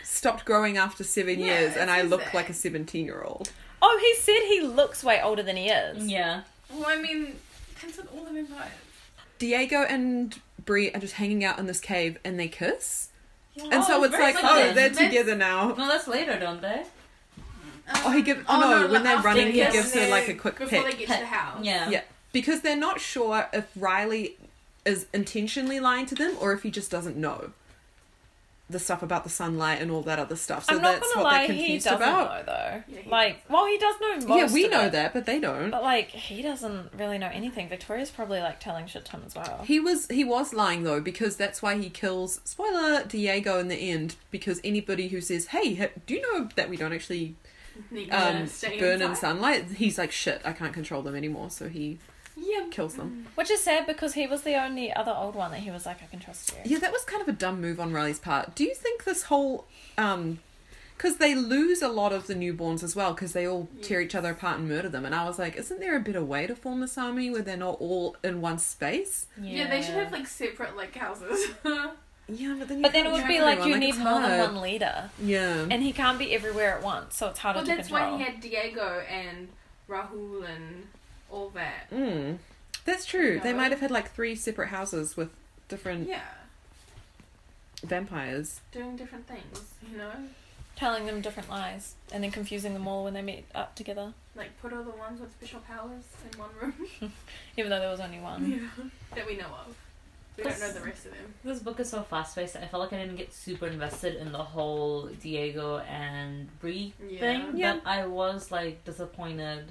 stopped growing after seven
Yeah,
years
it
and I
says
look
that.
like a 17 year old.
Oh, he said he looks way older than he is.
Yeah.
Well, I mean, that's what all the vampires.
Diego and Brie are just hanging out in this cave and they kiss.
Yeah.
And so
Oh,
it's
very
like,
like
oh,
that.
they're
That's-
together now.
No, that's later, don't they?
Oh, he give- oh, no, when they're
Um, after
running,
he
yes,
gives
her,
they're-
like, a quick
before
peck.
they get to the house.
Yeah.
Yeah. Because they're not sure if Riley is intentionally lying to them or if he just doesn't know the stuff about the sunlight and all that other stuff. So
I'm not
that's
gonna
what
lie,
they're
he
confused
doesn't
about.
know though.
Yeah, he
like, well, he does know most.
yeah, we
of
know
it,
that, but they don't.
But like, he doesn't really know anything. Victoria's probably like telling shit to him as well.
He was he was lying though because that's why he kills spoiler Diego in the end because anybody who says hey ha- do you know that we don't actually
Need to
um,
stay
burn in
inside.
sunlight he's like shit I can't control them anymore so he
Yeah.
kills them
Which is sad because he was the only other old one that he was like, I can trust you.
yeah that was kind of a dumb move on Riley's part do you think this whole um because they lose a lot of the newborns as well because they all tear each other apart and murder them and I was like isn't there a better way to form this army where they're not all in one space
yeah. they should have like separate like houses.
yeah but then you
But then it
can't
would be
train
like
everyone,
you need
it's
more than
hard.
one leader,
yeah
and he can't be everywhere at once, so it's harder
well,
to
that's
control.
why he had Diego and Rahul and all that.
Mm. That's true. They
No.
might have had like three separate houses with different
Yeah,
vampires.
doing different things, you know,
Telling them different lies and then confusing them all when they meet up together,
like put all the ones with special powers in one room
even though there was only one.
Um.
that we know of. We don't know the rest of them.
This book is so fast paced. I felt like I didn't get super invested in the whole Diego and Brie
Yeah.
thing.
Yeah.
But I was like disappointed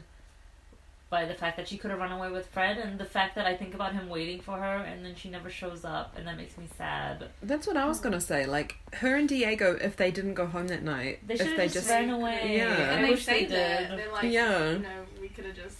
by the fact that she could have run away with Fred, and the fact that I think about him waiting for her, and then she never shows up, and that makes me sad.
That's what I was gonna say. Like her and Diego, if they didn't go home that night,
They should
if
have
they
just,
just
ran away.
Yeah.
I
And they
wish
say
they
that
did.
they're like,
Yeah.
you know, we could have just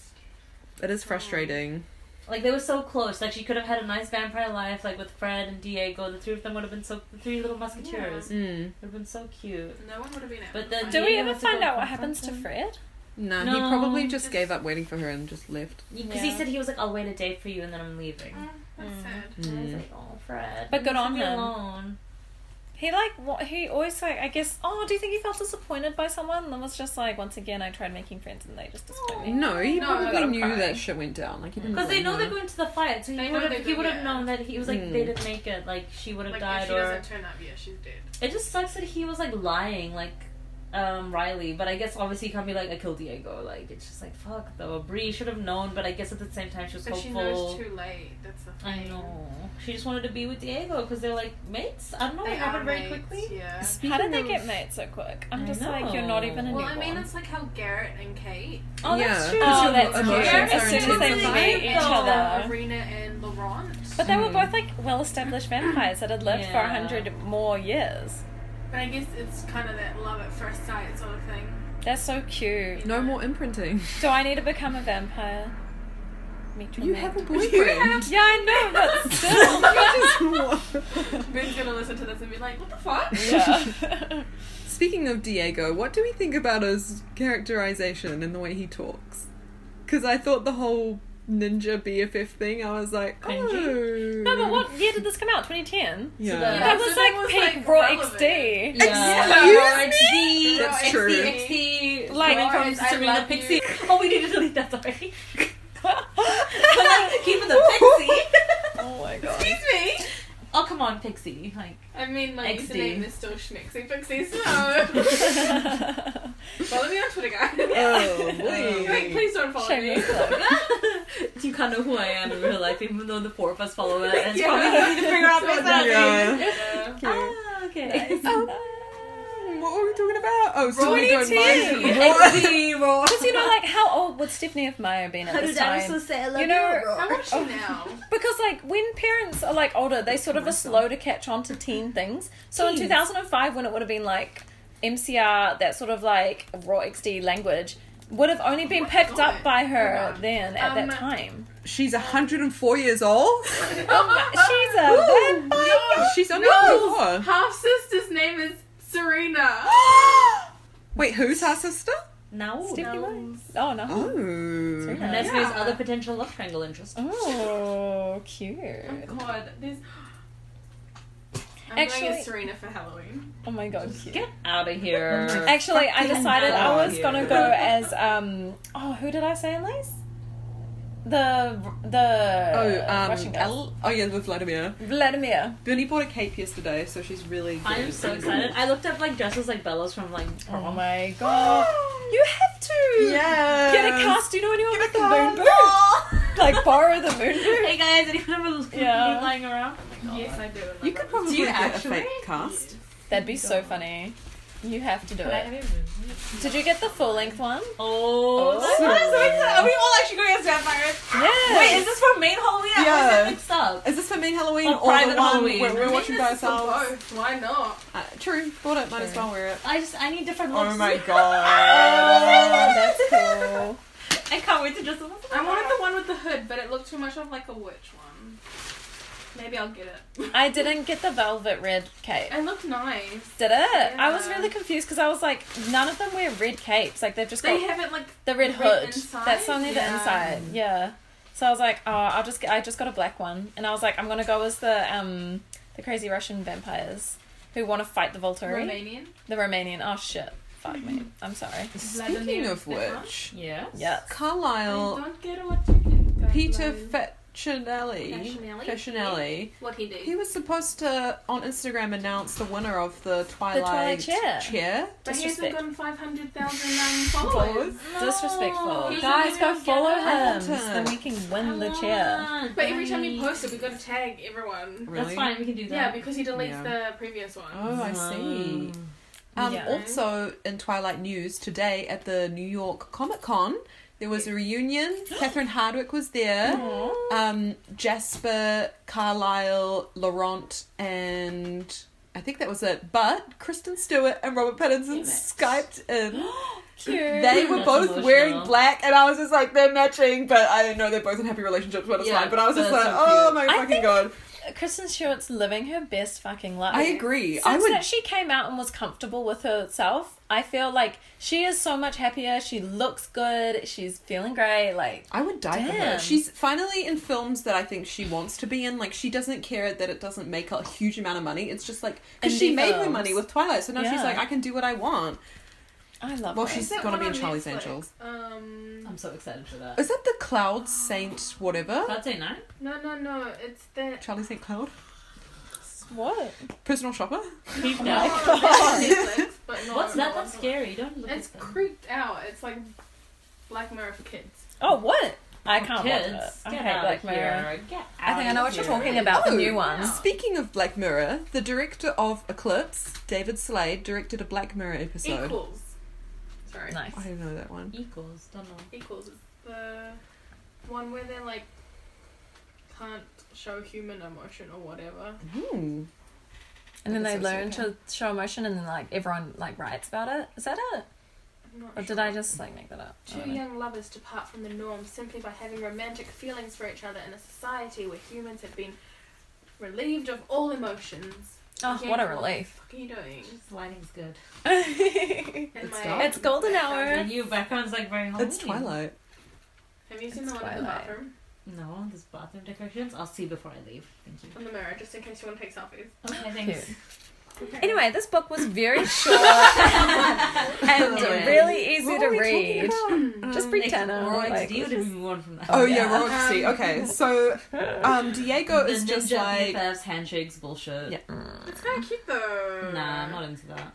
it is frustrating.
Like they were so close. Like she could have had a nice vampire life, like with Fred and Diego. The three of them would have been so. The three little musketeers
Mm.
would have been so cute.
no one would have been. able
But
to
then
find
Do
it.
we
Yeah,
ever
that's a
find
good
out what happens to
comparison.
Fred?
No, he
No,
probably just
just-
gave up waiting for her and just left.
Because he
Yeah.
said he was like, "I'll wait a day for you, and then I'm leaving."
Mm, that's
Mm.
sad.
And I was
Mm.
like, "Oh, Fred."
But good
leave
on
me
him.
Alone.
He like what he always like. I guess. Oh, do you think he felt disappointed by someone? And was just like, once again, I tried making friends and they just disappointed me.
No, he
No,
probably
I'm
knew
crying.
that shit went down. Like he didn't.
Because they
blame
know
her.
they're going to the fight, so
They
he
know
would
they're
have he
good,
would have
yeah.
known that he was like
Mm-hmm. Mm.
they didn't make it, like she would have
Like if
died,
she
or
doesn't turn up, yeah, she's dead.
it just sucks that he was like lying, like um Riley. But I guess obviously he can't be like I killed Diego. Like it's just like fuck though. Bree should have known, but I guess at the same time she was
But she
hopeful.
knows too late. That's the thing.
I know. She just wanted to be with Diego because they're like mates. I don't know. They
They are
happened very
mates,
quickly.
Yeah.
Speaking
How did they
of-
get made so quick? I'm
I
just like, you're not even a
know.
Well, I
newborn.
mean, it's like how Garrett and Kate.
Oh,
Yeah.
that's true.
Because your
Oh, that's
emotions
cute.
are
As soon as they
intense.
fight each other.
Arena and Laurent.
But they were
Mm.
both like well-established vampires that had lived for a
Yeah.
hundred more years.
But I guess it's kind of that love at first sight sort of thing.
They're so cute.
No more imprinting.
Do I need to become a vampire? Meet your
You
mate.
have a
Yeah.
boyfriend.
Yeah, I know, but still.
Ben's gonna listen to this and be like, "What the fuck?"
yeah.
Speaking of Diego, what do we think about his characterization and the way he talks? Because I thought the whole ninja BFF thing, I was like, oh.
Cringy.
No, but what year did this come out? 2010.
Yeah.
that-
That
so
was
that
like
was,
peak
like,
raw
relevant.
XD.
Yeah.
Excuse
XD.
That's
XD,
true.
XD.
Like-
Going
Guys, I
from Serena
love you.
Pixie. Oh, we need to delete that. Sorry. Keeping the Pixie.
Oh my god.
Excuse me.
Oh come on, Pixie. Like
I mean, my
XD.
username is still Schmixy Pixie, so follow me on Twitter, guys.
Oh,
Wait,
boy.
please don't follow me.
Shameless plug.
you kind of know who I am in real life, even though the four of us follow it. And it's
Yeah.
probably easy to figure out
So
what's happening.
Yeah.
Yeah.
Ah, okay.
Oh,
Um, what were we talking about? Oh, so we don't
2010.
mind.
XD roll.
Because you know, like, how old would Stephanie have Maya been at
How do
this time?
dinosaurs say I love
You know-
you?
How
Roar?
old is she now?
Because like when parents are like older, they sort of are slow to catch on to teen things. So in
Teens.
2005, when it would have been like MCR, that sort of like raw XD language would have only been
Oh my
picked
God.
up by her
Yeah.
then at
Um,
that time.
She's 104 years old.
She's a
Ooh. She's only
No.
104.
Half sister's name is Serena.
Wait, who's her sister?
No.
Stephanie
no.
Mines. Oh no.
Oh.
Serena.
And that's
Yeah.
his other potential love triangle interest.
Oh, cute.
Oh God, there's. I'm going
Actually-
as Serena for Halloween.
Oh my god, cute.
Get out of here.
Actually, I
Fucking
decided
hell.
I was gonna go as um. Oh, who did I say in these? The the
Uh,
Oh, um,
Russian guy.
Al- oh yeah, with Vladimir.
Vladimir.
Bernie bought a cape yesterday, so she's really.
I
getting
am so
into it.
excited. I looked up like dresses like Bella's from like
Oh
prom.
my god. You have to!
Yes.
Get a cast. Do you know anyone
Get a
with the moon
cast.
boot? like, borrow the moon boot?
Hey guys, anyone have a little
Yeah.
yeah. lying around?
Yes, I do.
You could probably
Do you
get
actually?
a fake cast.
That'd be so funny. You have to do it.
Oh,
Did you get the full length one? Oh.
oh I'm so excited. Are we all actually going as vampires?
Yeah.
Wait, is this for main Halloween? I always
Yeah.
get mixed up.
Is this for main Halloween
Or
or,
private
the one
Halloween?
where we're watching by ourselves?
Both. Why not?
Uh, true. Thought it might as well wear it.
I just I need different looks.
Oh my
Oh,
god.
that's cool.
I can't wait to dress up.
I wanted the one with the hood, but it looked too much of like a witch one. Maybe I'll get it.
I didn't get the velvet red cape.
It looked nice.
Did it? I was
Yeah.
really confused because I was like, none of them wear red capes. Like, they've just got
They have it like
the red
red
hood.
inside?
That's only the
Yeah.
inside. Yeah. So I was like, oh, I'll just get, I just got a black one, and I was like, I'm gonna go as the um the crazy Russian vampires who want to fight the Volturi,
Romanian.
the Romanian. Oh shit, fuck me, I'm sorry.
Speaking
Vladimir
of
Petrov?
which,
Yeah.
Yeah.
I
Carlisle
don't get what you did. guys.
Peter
Like,
Facinelli.
Facinelli?
Facinelli.
what he did.
He was supposed to on Instagram announce the winner of the Twilight,
chair.
but he hasn't
Disrespect.
gotten 500,000 um, followers.
Disrespectful.
He's
Guys,
a
go
new
follow
guy.
I
him,
want
so then
it.
we can win the chair.
But every time you post it, we've got to tag everyone.
Really?
That's fine, we can do that.
Yeah, because he deletes
Yeah.
the previous one.
Oh, I see. Um,
Yeah.
Also, in Twilight news today at the New York Comic Con, there was a reunion. Catherine Hardwick was
Mm.
there. Um, Jasper, Carlisle, Laurent, and I think that was it. But Kristen Stewart and Robert
Damn
Pattinson
it.
Skyped in.
Cute.
They were
That's
both
emotional.
wearing black, and I was just like, they're matching. But I didn't know they're both in happy relationships, but it's
Yeah,
fine. But I was
but
just
it's
like,
so
oh
cute.
my
I
fucking
think-
god.
Kristen Stewart's living her best fucking life.
I agree.
Since
I would
that she came out and was comfortable with herself, I feel like she is so much happier. She looks good. She's feeling great. Like
I would die for her.
Damn.
She's finally in films that I think she wants to be in. Like she doesn't care that it doesn't make a huge amount of money. It's just like because she
Indie
made her
films.
money with Twilight, so now she's
Yeah.
like, I can do what I want.
I love.
Well,
her.
she's
That
gonna
one
be in
on
Charlie's
Netflix,
Angels.
Um,
I'm so excited for that.
Is that the Cloud Saint whatever?
I'd say nine.
no, no, no. It's that.
Charlie Saint Cloud,
what?
personal shopper.
Creeped
No,
out.
it's on Netflix, but no,
What's
no,
that? That's
it's not.
scary. Don't look
It's
at them.
creeped out. It's like Black Mirror for kids.
Oh, what? I can't watch it.
Kids,
I
get
hate
out
Black
of
Mirror.
here. Get out
I think I know
of
what you're
here.
talking about. The
Oh,
new ones.
wow.
Speaking of Black Mirror, the director of Eclipse, David Slade, directed a Black Mirror episode.
Equals. Sorry.
Nice.
I don't know that one.
Equals, don't know.
Equals is the one where they like can't show human emotion or whatever.
Hmm.
And then they
Episodes,
learn
okay.
to show emotion, and then like everyone like writes about it. Is that it?
I'm not
Or did
sure.
I just like make that up? I
Two
don't know.
young lovers depart from the norm simply by having romantic feelings for each other in a society where humans have been relieved of all emotions.
Oh, what a relief!
What are you doing?
This lighting's good.
And
It's
my-
dark.
It's golden hour.
And your background's like very Halloween.
It's Twilight.
Have you seen
It's
the one in the
Twilight.
bathroom?
No, there's bathroom decorations. I'll see before I leave. Thank you.
On the mirror, just in case you want to take selfies.
Okay, thanks.
Anyway, this book was very short and
Anyway.
really easy
What
to
were we talking
read.
about?
Just
Um,
pretend.
Ex-
Tanner,
Or
like,
XD would have been one from that.
Oh
Yeah.
yeah, we're all see.
Um,
Okay, so um, Diego
The
is just
ninja
like
BFFs, handshakes, bullshit.
Mm.
Yeah.
It's kind of cute though.
Nah, I'm not into that.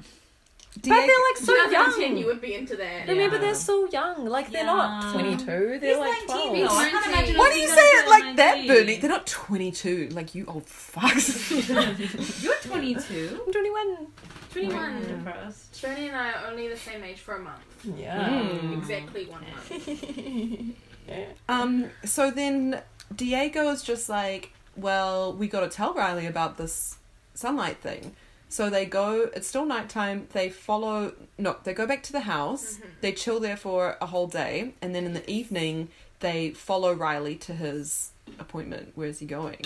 but they're like
So
so
you
young.
you would be into that.
I mean, but
Yeah.
they're so young. Like they're
Yeah.
not twenty two. They're like twelve.
No, I can't
Nineteen.
imagine
Why
us
do you
being
say
under
it like that,
19.
Bernie? They're not 22, like you old fucks.
You're 22.
I'm twenty one.
21.
Mm.
Depressed.
Shani and I are only the same age for a month.
Yeah.
Exactly one month.
um, so then Diego is just like, well, we got to tell Riley about this sunlight thing. So they go, it's still nighttime, they follow, no, they go back to the house,
Mm-hmm.
they chill there for a whole day, and then in the evening, they follow Riley to his appointment. Where's he going?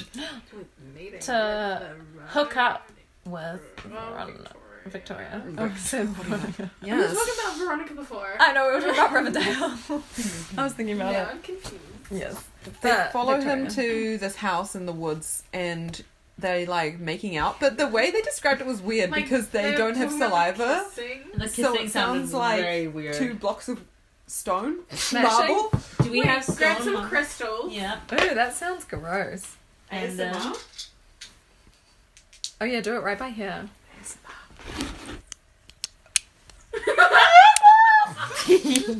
To hook up with Victoria. Oh,
Yes.
We were talking about Veronica before.
I know we were talking about Riverdale. I was thinking about
yeah,
it.
I'm confused.
Yes.
they
But
follow him
Victoria.
to this house in the woods and they like making out but the way they described it was weird
Like,
because they
were
don't have
talking about
saliva
kissing.
The
So
kissing
it
sound
sounds
is
like
very weird.
two blocks of stone
Smashing?
marble
Do we
Wait,
have so
grab some
much-
crystals.
Yeah.
Oh, that sounds gross.
And uh,
Oh yeah, do it right by here.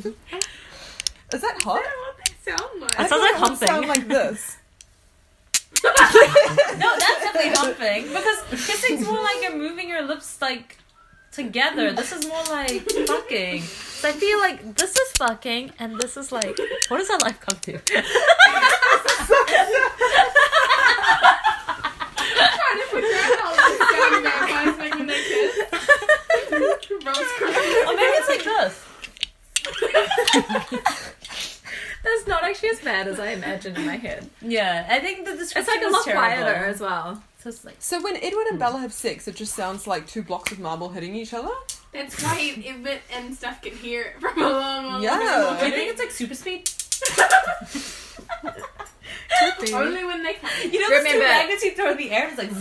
is that
I
hot
don't know what they sound
I
like.
sounds like
thought it would
humping.
sound like this
no, that's definitely humping because kissing's more like you're moving your lips like together. This is more like fucking.
So I feel like this is fucking and this is like
What does our life come to?
trying to figure out how this sound vampires make when they kiss. Rose crystals.
Or Oh, maybe it's like this.
That's not actually as bad as I imagined in my head.
Yeah, I think the
It's
description
like a
was
lot
terrible.
quieter as well.
So it's like
so when edward and bella have sex it just sounds like two blocks of marble hitting each other
That's why Emmett and stuff can hear it from a long, long
Yeah.
Do you think it's like super speed?
Only when they come.
You know, those two
Remember-
magnets you throw in the air. It's like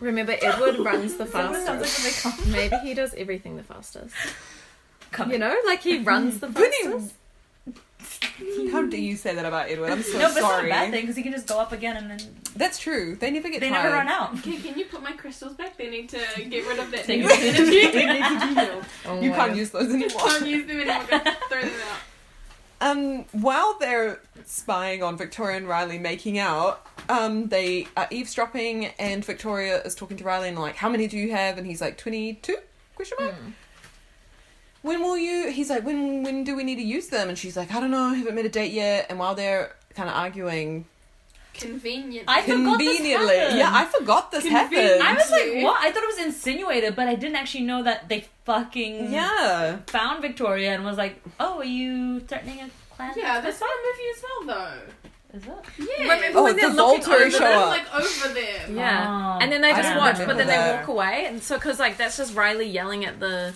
Remember, Edward runs the
Mm-hmm.
sounds like when
fastest.
they come.
Maybe he does everything the fastest.
Come.
You know, like he runs the
Bernie,
fastest.
how do you say that about edward i'm so
no, but it's not a
sorry
bad thing because you can just go up again and then
that's true they never get
they
tired
never run out.
Okay, can you put my crystals back? They need to get rid of that
Take
negative
it.
energy. They need to heal.
Oh
you
my
can't
God.
use those anymore
Don't use them anymore. guys. Throw them out.
Um, while they're spying on Victoria and Riley making out, um, they are eavesdropping, and Victoria is talking to Riley and like, "How many do you have?" And he's like, 22? Question mark. When will you? He's like, "When? When do we need to use them?" And she's like, "I don't know. I haven't made a date yet." And while they're kind of arguing,
Convenient.
I forgot this
conveniently,
happened.
yeah, I forgot this
Conven-
I
happened.
was like,
Thank you.
what? I thought it was insinuated, but I didn't actually know that they fucking
yeah,
found Victoria and was like, oh, are you threatening a class?
yeah, that's not a movie as well,
Is it?
though. Yeah.
Remember
Oh,
when they're
the
looking
Volturi
over
over
show
them,
up.
like over them.
Yeah,
Oh.
and then they
I
just
don't
watch, but then
remember
they walk
that.
away, and so because like that's just Riley yelling at the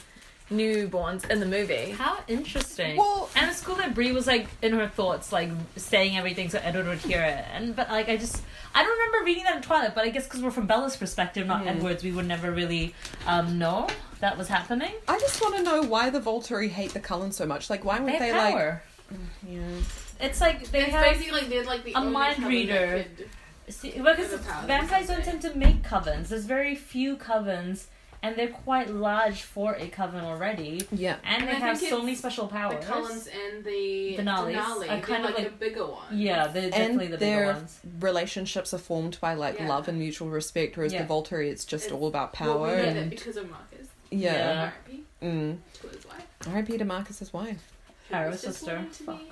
newborns in the movie.
How interesting.
Well-
and it's cool that Brie was like in her thoughts, like saying everything so Edward would hear it. And but like I just, I don't remember reading that in Twilight. But I guess because we're from Bella's perspective, not Edward's, we would never really um, know that was happening.
I just want to know why the Volturi hate the Cullens so much. Like, why would
They
they,
have
like?
power.
Yeah.
it's like they
It's
have
basically like they're like the
a
only
mind
couple that
reader.
could-
See, because
Because of how
vampires
they
don't
say.
tend to make covens. There's very few covens, and they're quite large for a coven already.
Yeah.
And,
And
they
I
have
think
so
it's
many special
The
powers.
Cullens and the
Denali's
Denali.
are
They're
kind of
like, the
like-
bigger one.
yeah, they're definitely the bigger
they're-
ones.
relationships are formed by like
Yeah.
love and mutual respect, whereas
Yeah.
the Volturi it's just
It's-
all about power.
Well, we know that
and,
because of Marcus.
yeah.
Yeah.
R.I.P.
Mm.
to his wife.
R.I.P. to Marcus's wife.
who
Our
was just
sister.
wanting to
Fuck.
be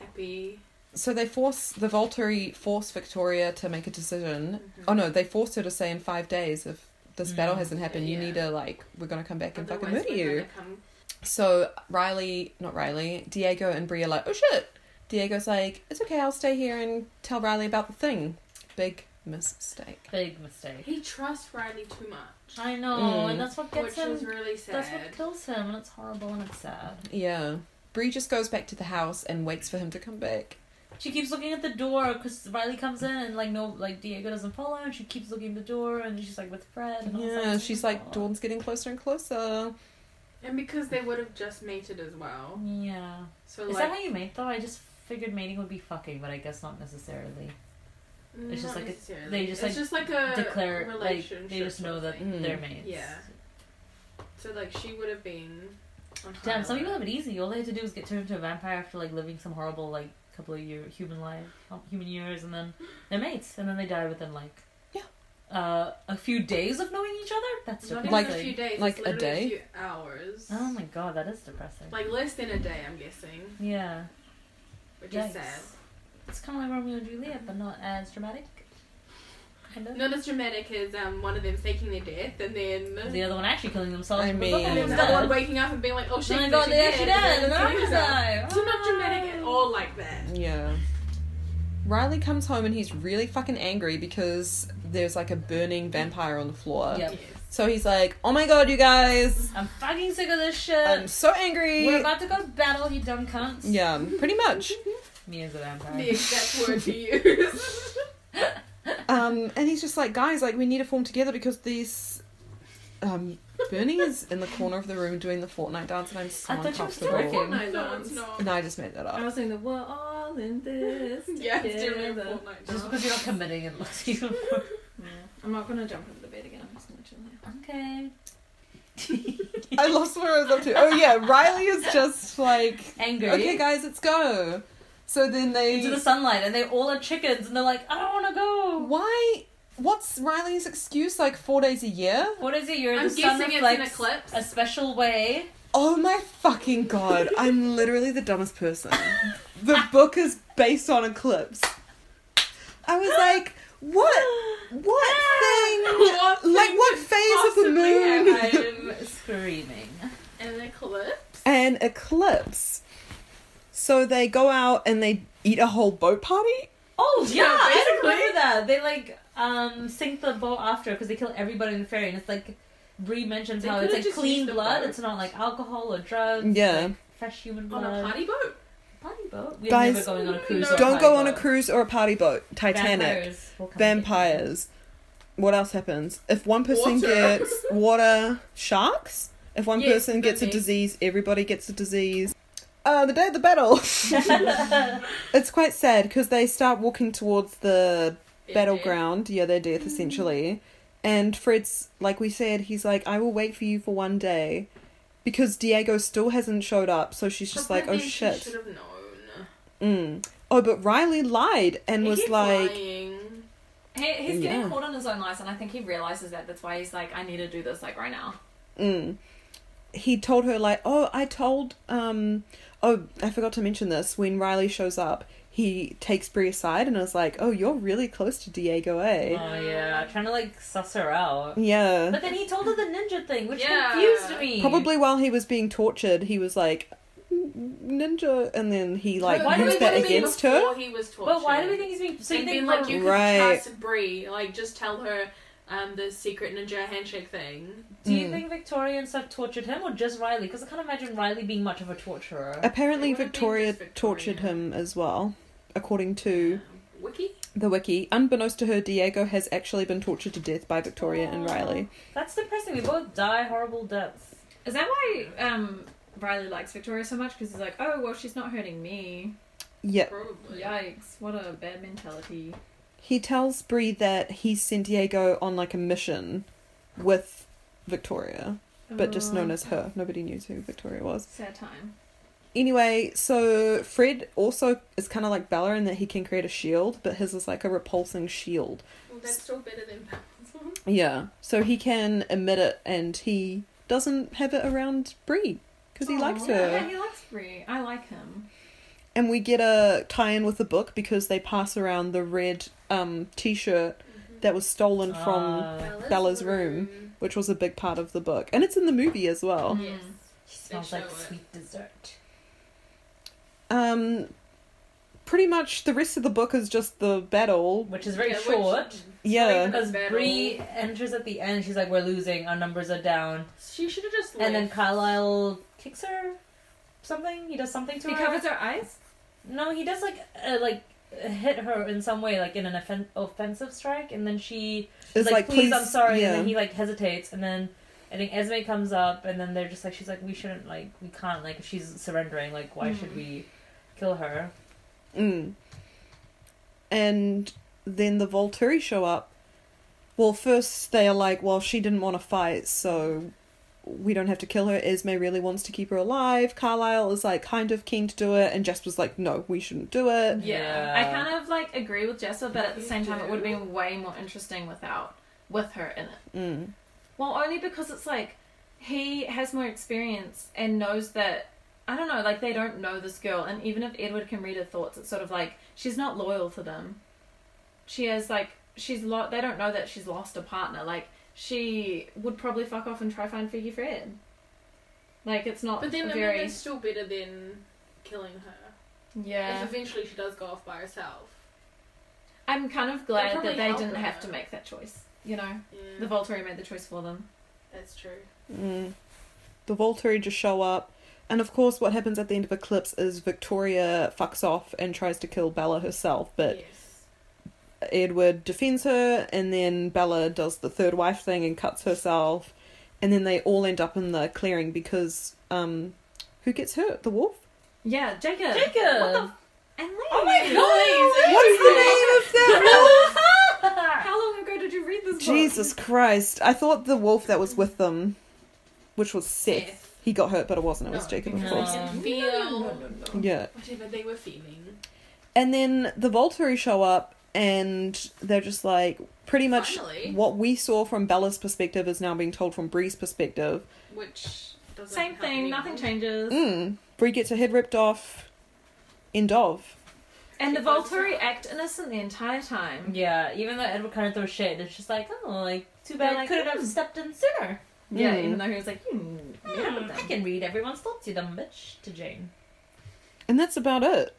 Happy.
So they force the Volturi force Victoria to make a decision. Oh no, they force her to say in five days if this battle
Mm.
hasn't happened, you
Yeah.
need to like we're gonna come back and fucking
Otherwise
murder
we're
you.
gonna come-
So Riley, not Riley, Diego and Brie are like, oh shit. Diego's like, it's okay, I'll stay here and tell Riley about the thing. Big mistake.
Big mistake.
He trusts Riley too much,
I know,
Mm.
and that's what
which
gets him.
is really sad.
That's what kills him, and it's horrible and it's sad.
Yeah. Bree just goes back to the house and waits for him to come back.
She keeps looking at the door because Riley comes in and like no, like Diego doesn't follow, and she keeps looking at the door, and she's like with Fred. And I was
Yeah,
like,
she's
"Oh my
like,
God."
Dawn's getting closer and closer.
And because they would have just mated as well.
Yeah.
So
Is
like,
that how you mate though? I just figured mating would be fucking, but I guess not necessarily.
it's
just
just
like
like
a-
necessarily.
they
it's
just, like,
just like a
Declare like
relationship
they just
sort
know mm.
of
that
thing.
Mm.
they're mates.
Yeah. So like she would have been. on
Damn,
trial.
some people have it easy. All they had to do was get turned into a vampire after like living some horrible like couple of year human life, um, human years, and then they're mates, and then they die within like
Yeah.
uh, a few days of knowing each other. That's
It's not
depressing.
even
Like-
a few days.
like
Like
a
it's literally
day?
a few hours.
oh my god, that is depressing.
Like less than a day, I'm guessing,
yeah,
which
Yikes.
is sad.
It's kind of like Romeo and Juliet, but not as dramatic. Kind of.
Not as dramatic as um, one of them faking their death and then
The other one actually killing themselves.
I
but
mean-
both of
and
them
then
Yeah.
that one
dead.
waking up and being like, oh
Oh
shit,
my
they
god,
actually
they actually
did.
dead, and
It's
I'm gonna
amazing.
die.
So not dramatic at
"Oh."
all like that.
Yeah. Riley comes home and he's really fucking angry because there's like a burning vampire on the floor.
Yeah.
Yes.
So he's like, "Oh my god, you guys!
I'm fucking sick of this shit.
I'm so angry."
We're about to go to battle, you dumb cunts.
yeah, pretty much.
Me as a vampire.
The exact word to use.
Um, and he's just like, "Guys, like we need to form together because this." Um, Bernie is in the corner of the room doing the Fortnite dance, and I'm so
I thought you were still
uncomfortable.
working.
Fortnite dance. No,
And I just made that
I
up.
was saying that we're all in this.
Yeah, it's doing
together.
Fortnite
Just
dance.
because you're not committing, it looks even more.
Yeah. I'm not gonna jump into the bed again. I'm just gonna chill here.
Okay.
I lost where I was up to. Oh yeah, Riley is just like,
Angry.
"Okay, guys, let's go." So then they
Into the sunlight, and they all are chickens, and they're like, I don't want to go.
Why? What's Riley's excuse? Like four days a year?
What is it? You're
I'm
the sun
guessing it's an
reflects
eclipse.
a special way.
Oh my fucking god! I'm literally the dumbest person. The book is based on eclipse. I was like, what? What
What
thing? Like
thing
what
could
phase of the
possibly
moon?
happen?
I'm screaming.
And an eclipse.
An eclipse. So they go out and they eat a whole boat party.
Oh, yeah,
Yeah,
I don't
basically.
remember that. They like um sink the boat after because they kill everybody in the ferry, and it's like. Bree mentions
They
how it's
could've
like
just
clean
used the
blood.
boat.
It's not like alcohol or drugs.
Yeah.
like, fresh human blood.
On a party boat?
Party boat. We're
Guys,
never going on a cruise.
No.
or
Don't
party
go on a
boat.
cruise or a party boat. Titanic.
Vampires. will come and
vampires. What else happens? If one person
Water.
gets water, sharks. If one
Yes,
person gets a
maybe.
disease, everybody gets a disease. Uh, the day of the battle.
get you.
it's quite sad because they start walking towards the
It
battleground. Yeah, their
Mm.
death essentially. And Fred's like we said, he's like, I will wait for you for one day, because Diego still hasn't showed up. So she's
did.
just
But
like, oh
then she
shit.
should have known.
Mm. Oh, but Riley lied and
He
was
keeps
like,
lying.
He, he's getting
Yeah.
caught on his own lies, and I think he realizes that. That's why he's like, I need to do this like right now.
Mm. He told her like, "Oh, I told um oh, I forgot to mention this when Riley shows up. He takes Bree aside and is like, "Oh, you're really close to Diego, eh?"
Oh yeah, trying to like suss her out.
Yeah.
But then he told her the ninja thing, which
Yeah.
confused me.
Probably while he was being tortured, he was like ninja and then he like
But why do we
used that
think it
against her.
before He was
But why do we
tortured?
think he's being? So you
and
think
being like you could
Right.
trust Brie, like just tell her um the secret ninja handshake thing.
do you
Mm.
think Victoria and stuff tortured him or just Riley? Because I can't imagine Riley being much of a torturer.
Apparently
It would've been
Victoria,
just Victoria.
tortured him as well, according to
Um, Wiki.
the wiki. Unbeknownst to her, Diego has actually been tortured to death by Victoria and
Aw.
Riley.
That's depressing. We both die horrible deaths.
Is that why um, Riley likes Victoria so much? Because he's like, oh well, she's not hurting me.
Yeah.
Probably.
Yikes! What a bad mentality.
He tells Bree that he's sent Diego on like a mission with Victoria, but just known as her. Nobody knew who Victoria was.
Oh, Sad time.
Anyway, so Fred also is kind of like Bella in that he can create a shield, but his is like a repulsing shield.
Well, that's still better than Bowser.
Yeah. So he can emit it and he doesn't have it around Bree because he
Aw,
likes
Oh, yeah,
her.
Yeah, he likes Bree. I like him.
And we get a tie in with the book because they pass around the red um, t shirt that was stolen from.
Uh,
Bella's room. Oh. which was a big part of the book. And it's in the movie as well.
Yes.
smells
They
like
show it.
sweet dessert.
Um pretty much the rest of the book is just the battle.
Which is very
Yeah, which-
short.
Yeah.
Because
Battle.
Bree enters at the end, she's like, "We're losing. Our numbers are down."
She should have just.
And then
left.
Carlisle kicks her, something. He does something to
He
her.
covers her eyes.
No, he does like uh, like uh, hit her in some way, like in an offen- offensive strike, and then she she's
It's
like, please, I'm sorry,"
Yeah.
and then he like hesitates, and then I think Esme comes up, and then they're just like, she's like, "We shouldn't like we can't like if she's surrendering, like why should
Mhm.
we kill her?"
Mm. And then the Volturi show up. Well, first they are like, well, she didn't want to fight, so we don't have to kill her. Esme really wants to keep her alive. Carlisle is like kind of keen to do it, and Jess was like, no, we shouldn't do it.
Yeah.
Yeah.
I kind of like agree with Jesper, but at the same time, it would have been way more interesting without with her in it.
Mm.
Well, only because it's like he has more experience and knows that I don't know, like they don't know this girl, and even if Edward can read her thoughts, it's sort of like she's not loyal to them. She has like she's lo- they don't know that she's lost a partner. Like she would probably fuck off and try find Figgy Fred. Like it's not
But then I
very
mean, it's still better than killing her.
yeah.
If eventually she does go off by herself.
I'm kind of
They'll
glad
probably
that they
help
didn't
her. Mm.
have to make that choice. You know,
Yeah,
the Volturi made the choice for them.
that's true.
Mm. The Volturi just show up. And of course, what happens at the end of Eclipse is Victoria fucks off and tries to kill Bella herself, but
yes.
Edward defends her, and then Bella does the third wife thing and cuts herself, and then they all end up in the clearing because um, who gets hurt? The wolf.
Yeah, Jacob. Oh
Jacob!
What the? F- and Lee.
What's the name of that wolf?
How long ago did you read this book?
Jesus Christ! I thought the wolf that was with them, which was Seth,
Seth.
he got hurt, but it wasn't. It was
No,
Jacob, of
no.
because
course.
they
Um,
can feel
Yeah.
whatever they were feeling.
And then the Volturi show up and they're just like pretty much
Finally.
what we saw from Bella's perspective is now being told from Bree's perspective.
Which doesn't
Same
help
thing.
anyone.
Nothing changes.
Mm. Bree gets her head ripped off. End of.
And the
She goes
Volturi
out.
act innocent the entire time.
Yeah, even though Edward kind of throws shade, it's just like, oh, like, too
They're
bad I
like,
couldn't
hmm.
have stepped in sooner.
Yeah,
Mm.
even though he was like, hmm, yeah,
Hmm, I can read everyone's thoughts, you dumb bitch, to Jane.
And that's about it.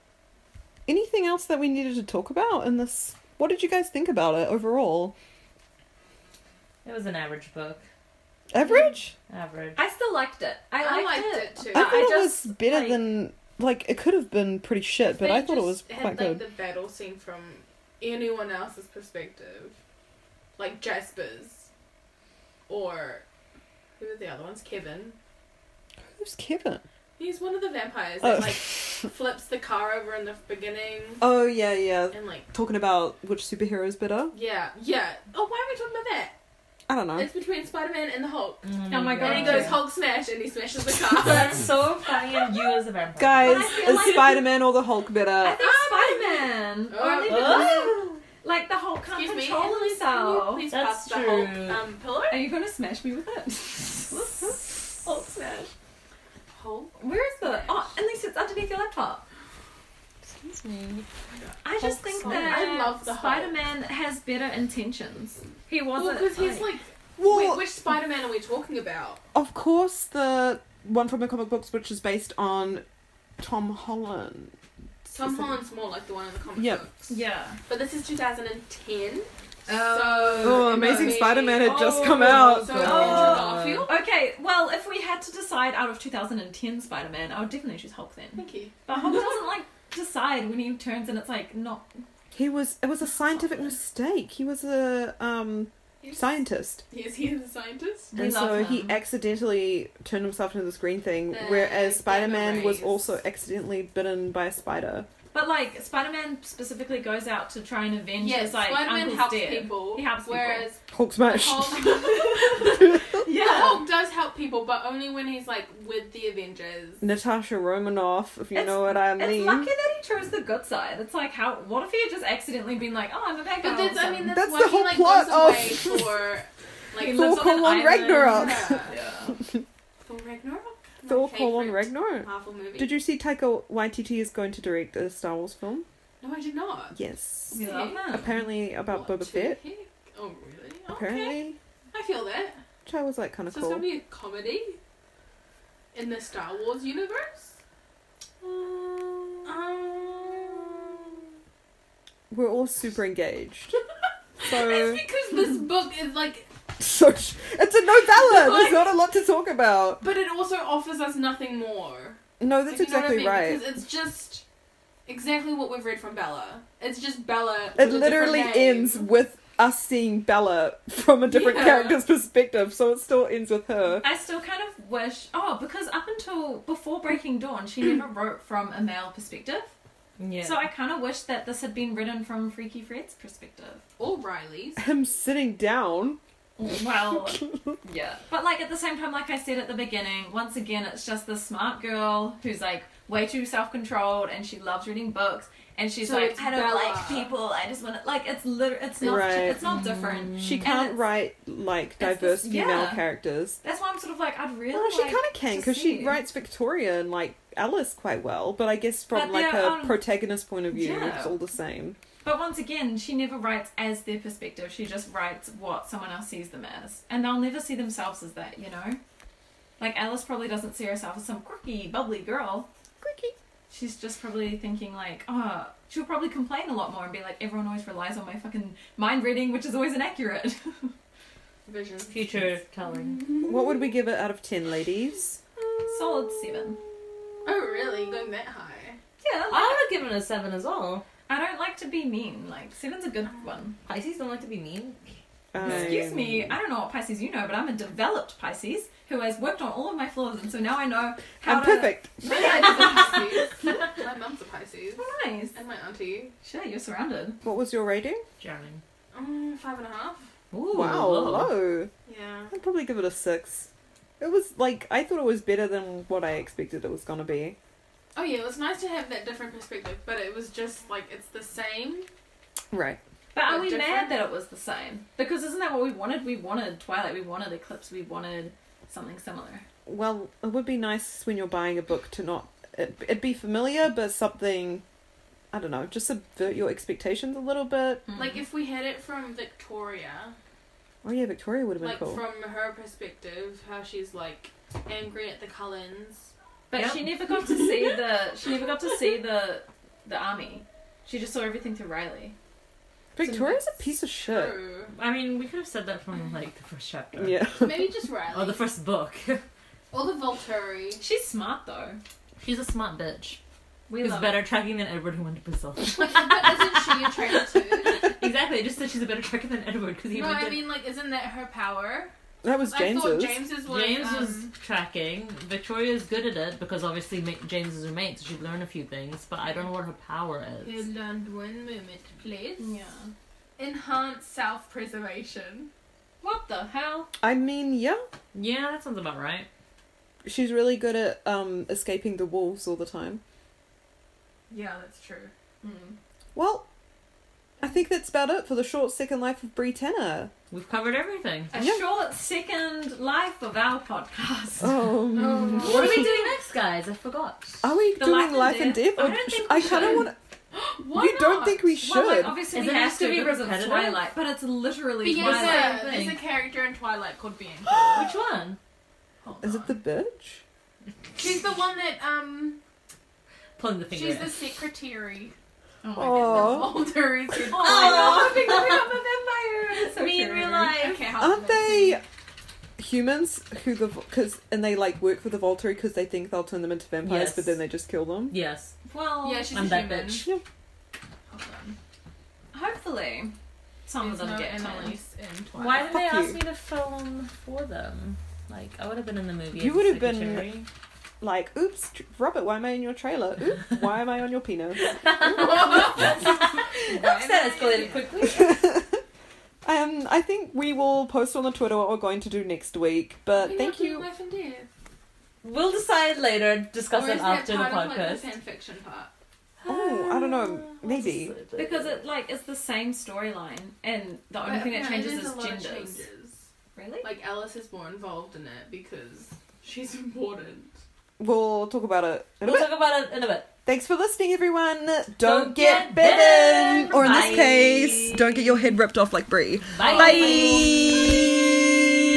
Anything else that we needed to talk about in this? What did you guys think about it overall?
It was an average book.
Average?
Average.
I still liked it. I
I
liked,
liked
it.
it too.
I
Mm. I
thought it
just,
was better
like-
than. Like, it could have been pretty shit, but
They
I thought it was
just
quite
had, like,
good.
the battle scene from anyone else's perspective, like Jasper's, or who were the other ones? Kevin.
Who's Kevin?
He's one of the vampires
Oh.
that like flips the car over in the beginning
Oh, yeah, yeah.
and like
Talking about which superhero is better?
yeah yeah. Oh, why are we talking about that?
I don't know.
It's between Spider Man and the Hulk.
Oh my
And he
God.
goes Hulk smash and he smashes the car.
Mm, That's so funny, and you as a vampire.
Guys,
But I feel
is
like-
Spider Man or the Hulk
I
better?
think
Oh,
Spider-Man.
Oh.
Only because, like the Hulk can't
Excuse me.
control
Emily,
himself.
Can you please
That's
pass the Hulk
true.
um, pillow?
Are you gonna smash me with it? Hulk smash.
Hulk.
Where is the? Oh, at least it's underneath your laptop.
Excuse me.
I just
Hulk
think
smash.
that
I love the Hulk.
Spider-Man has better intentions. He
Well,
wasn't.
because he's like,
Well,
wait, which Spider Man are we talking about?
of course, the one from the comic books, which is based on Tom Holland.
Tom Holland's more like the one in the comic
Yep.
books.
yeah.
But this is 2010.
Oh.
so
Oh,
it
Amazing
might be-
Spider Man had just come
Oh,
out.
So
God.
it's Andrew Garfield.
Okay, well, if we had to decide out of 2010 Spider-Man, I would definitely choose Hulk then.
Thank you.
But Hulk doesn't like decide when he turns, and it's like not.
He was. It was a scientific mistake. He was a um,
Yes.
scientist,
Yes, he is a scientist.
We
and
love
so he
him.
accidentally turned himself into this green thing.
The
whereas Spider Man was
gamma rays.
also accidentally bitten by a spider.
But like Spider-Man specifically goes out to try and avenge
Yes,
his like
Spider-Man
uncle's
helps
death.
people.
He helps people.
whereas
Hulk smash.
Hulk,
Yeah.
Hulk does help people, but only when he's like with the Avengers.
Natasha Romanoff, if you
It's-
know what I mean.
It's lucky that he chose the good side. It's like how what if he had just accidentally been like, oh, I'm a bad guy.
But that's, I mean, that's,
That's
why
the whole
he like
plot
goes away
of-
for like
He
the-
lives
Thor
on
Call
an
on
island.
Ragnarok.
yeah.
Thor Ragnarok. My
Thor Call on
favourite
Ragnarok.
Marvel movie.
Did you see Taika Waititi is going to direct a Star Wars film?
No, I did not.
Yes.
We love him.
Apparently about
What
Boba
the
Fett.
heck? Oh really? Okay.
Apparently,
I feel that.
which I was like kind of
So it's
cool.
gonna be a comedy in the Star Wars universe. Um,
We're all super engaged. So,
It's because this book is like,
so sh- it's a novella. There's not a lot to talk about.
but it also offers us nothing more.
No, that's
If you know what I
exactly
mean,
right.
Because it's just exactly what we've read from Bella. It's just Bella. with a
It
different
literally
name.
ends with us seeing Bella from a different
Yeah.
character's perspective, so it still ends with her.
I still kind of wish oh, because up until before Breaking Dawn, she never wrote from a male perspective.
Yeah.
So I kind of wish that this had been written from Freaky Fred's perspective.
Or Riley's.
Him sitting down
Well,
Yeah.
but like at the same time, like I said at the beginning, once again, it's just this smart girl who's like way too self controlled and she loves reading books and she's
So
like,
it's
I don't
Bella.
like people. I just want to like it's liter- it's not
Right.
it's not different.
She
Mm.
And
can't
it's-
write like
this-
diverse female
yeah.
characters.
That's why I'm sort of like I'd really.
well, she
like
kind of can
Oh, to
because she
see-
writes Victoria and like Alice quite well, but I guess from
But
like
they're
a
on-
protagonist point of view,
Yeah.
it's all the same.
But once again, she never writes as their perspective. She just writes what someone else sees them as. And they'll never see themselves as that, you know? Like, Alice probably doesn't see herself as some quirky, bubbly girl.
Quirky.
She's just probably thinking, like, oh, she'll probably complain a lot more and be like, everyone always relies on my fucking mind reading, which is always inaccurate.
Vision.
Future telling.
What would we give it out of ten, ladies?
Solid seven.
Oh really? Going that high?
Yeah,
I would
like,
have given it a seven as well.
I don't like to be mean. Like, seven's a good one.
Pisces don't like to be mean.
Excuse
Um,
me, I don't know what Pisces you know, but I'm a developed Pisces who has worked on all of my flaws, and so now I know how
I'm
to.
perfect.
Maybe I did a Pisces. My mum's a Pisces.
Oh, Nice.
And my auntie.
Sure, you're surrounded.
What was your rating?
Drowning.
Um, five and a half.
Ooh,
wow,
low.
low.
Yeah.
I'd probably give it a six. It was like I thought it was better than what I expected it was gonna be.
Oh yeah, it was nice to have that different perspective, but it was just like it's the same.
Right.
But are
But
we
different.
mad that it was the same? Because isn't that what we wanted? We wanted Twilight, we wanted Eclipse, we wanted something similar.
Well, it would be nice when you're buying a book to not it, it'd be familiar, but something I don't know, just subvert your expectations a little bit.
Like if we had it from Victoria,
Oh yeah, Victoria would have been
like
cool.
from her perspective, how she's like angry at the Cullens.
but
Yep.
she never got to see the she never got to see the the army. She just saw everything through Riley.
Victoria's a piece of shit.
True.
I mean, we could have said that from like the first chapter.
Yeah.
Maybe just Riley.
Or the first book.
or the Volturi.
She's smart though.
She's a smart bitch.
We
Who's
love
better tracking than Edward who went to Brazil.
Like, but isn't she attracted to?
exactly, just said she's a better tracker than Edward because he
No,
went
I
to-
mean like, isn't that her power?
That was
I thought
James's.
James's was.
James
um,
was tracking. Victoria's good at it because obviously ma- James is her mate, so she'd learn a few things. But I don't know what her power
He
is.
learned one moment, please.
it. Yeah.
Enhanced self-preservation.
What the hell?
I mean, yeah.
Yeah, that sounds about right.
She's really good at um escaping the wolves all the time.
Yeah, that's true.
Mm.
Well, I think that's about it for the short second life of Brie Tanner.
We've covered everything.
A
Yeah.
short second life of our podcast.
Um,
What are we doing next, guys? I forgot.
Are we
The
doing
life
life
and
and death? or
death? I don't
sh-
think
I
we
kind of
should.
want.
Why
You don't
not?
think we
Well, like
should?
obviously
Is
we
it
have
has
to
to be
because of
repetitive?
Twilight, but it's literally
Because
Twilight.
uh,
Twilight
there's a
thing.
character in Twilight called Bianca.
Which one?
Hold
Is
on.
it the bitch?
She's the one that um.
Pulling the finger.
She's
out.
the secretary.
Oh my
Oh,
Older is good.
Oh, my god, I'm becoming a vampire. It's so
Me in
true.
real life.
Okay, how
aren't they humans who the because and they like work for the Volturi because they think they'll turn them into vampires,
Yes.
but then they just kill them.
Yes,
Well,
Yeah, she's
I'm
a
that
human.
bitch.
Hold on.
hopefully some of
There's
them
no
get turned.
Annalise in Twilight.
Why did they
Fuck
ask
you.
me to film for them? Like, I would have been in the movie.
You
as
would have been-
secretary.
Like, oops, tr- Robert, why am I in your trailer? Oops, why am I on your penis?
Oops, that escalated quickly.
Um, I think we will post on the Twitter what we're going to do next week. But
We're
thank
not doing
you.
Life and death.
We'll decide later. Discuss
Or is
it
that
after the
part of like
podcast. Ah,
the fan fiction part?
Oh, I don't know. Maybe.
Because it like it's the same storyline, and the only
But
thing that
apparently
changes
there's
is
a lot of
genders.
changes.
Really?
Like Alice is more involved in it because she's important.
We'll talk about it in a
We'll
bit.
talk about it in a bit.
Thanks for listening, everyone. Don't,
get
get,
bitten.
bitten. Or in
Bye.
this case, don't get your head ripped off like Brie.
Bye.
Bye.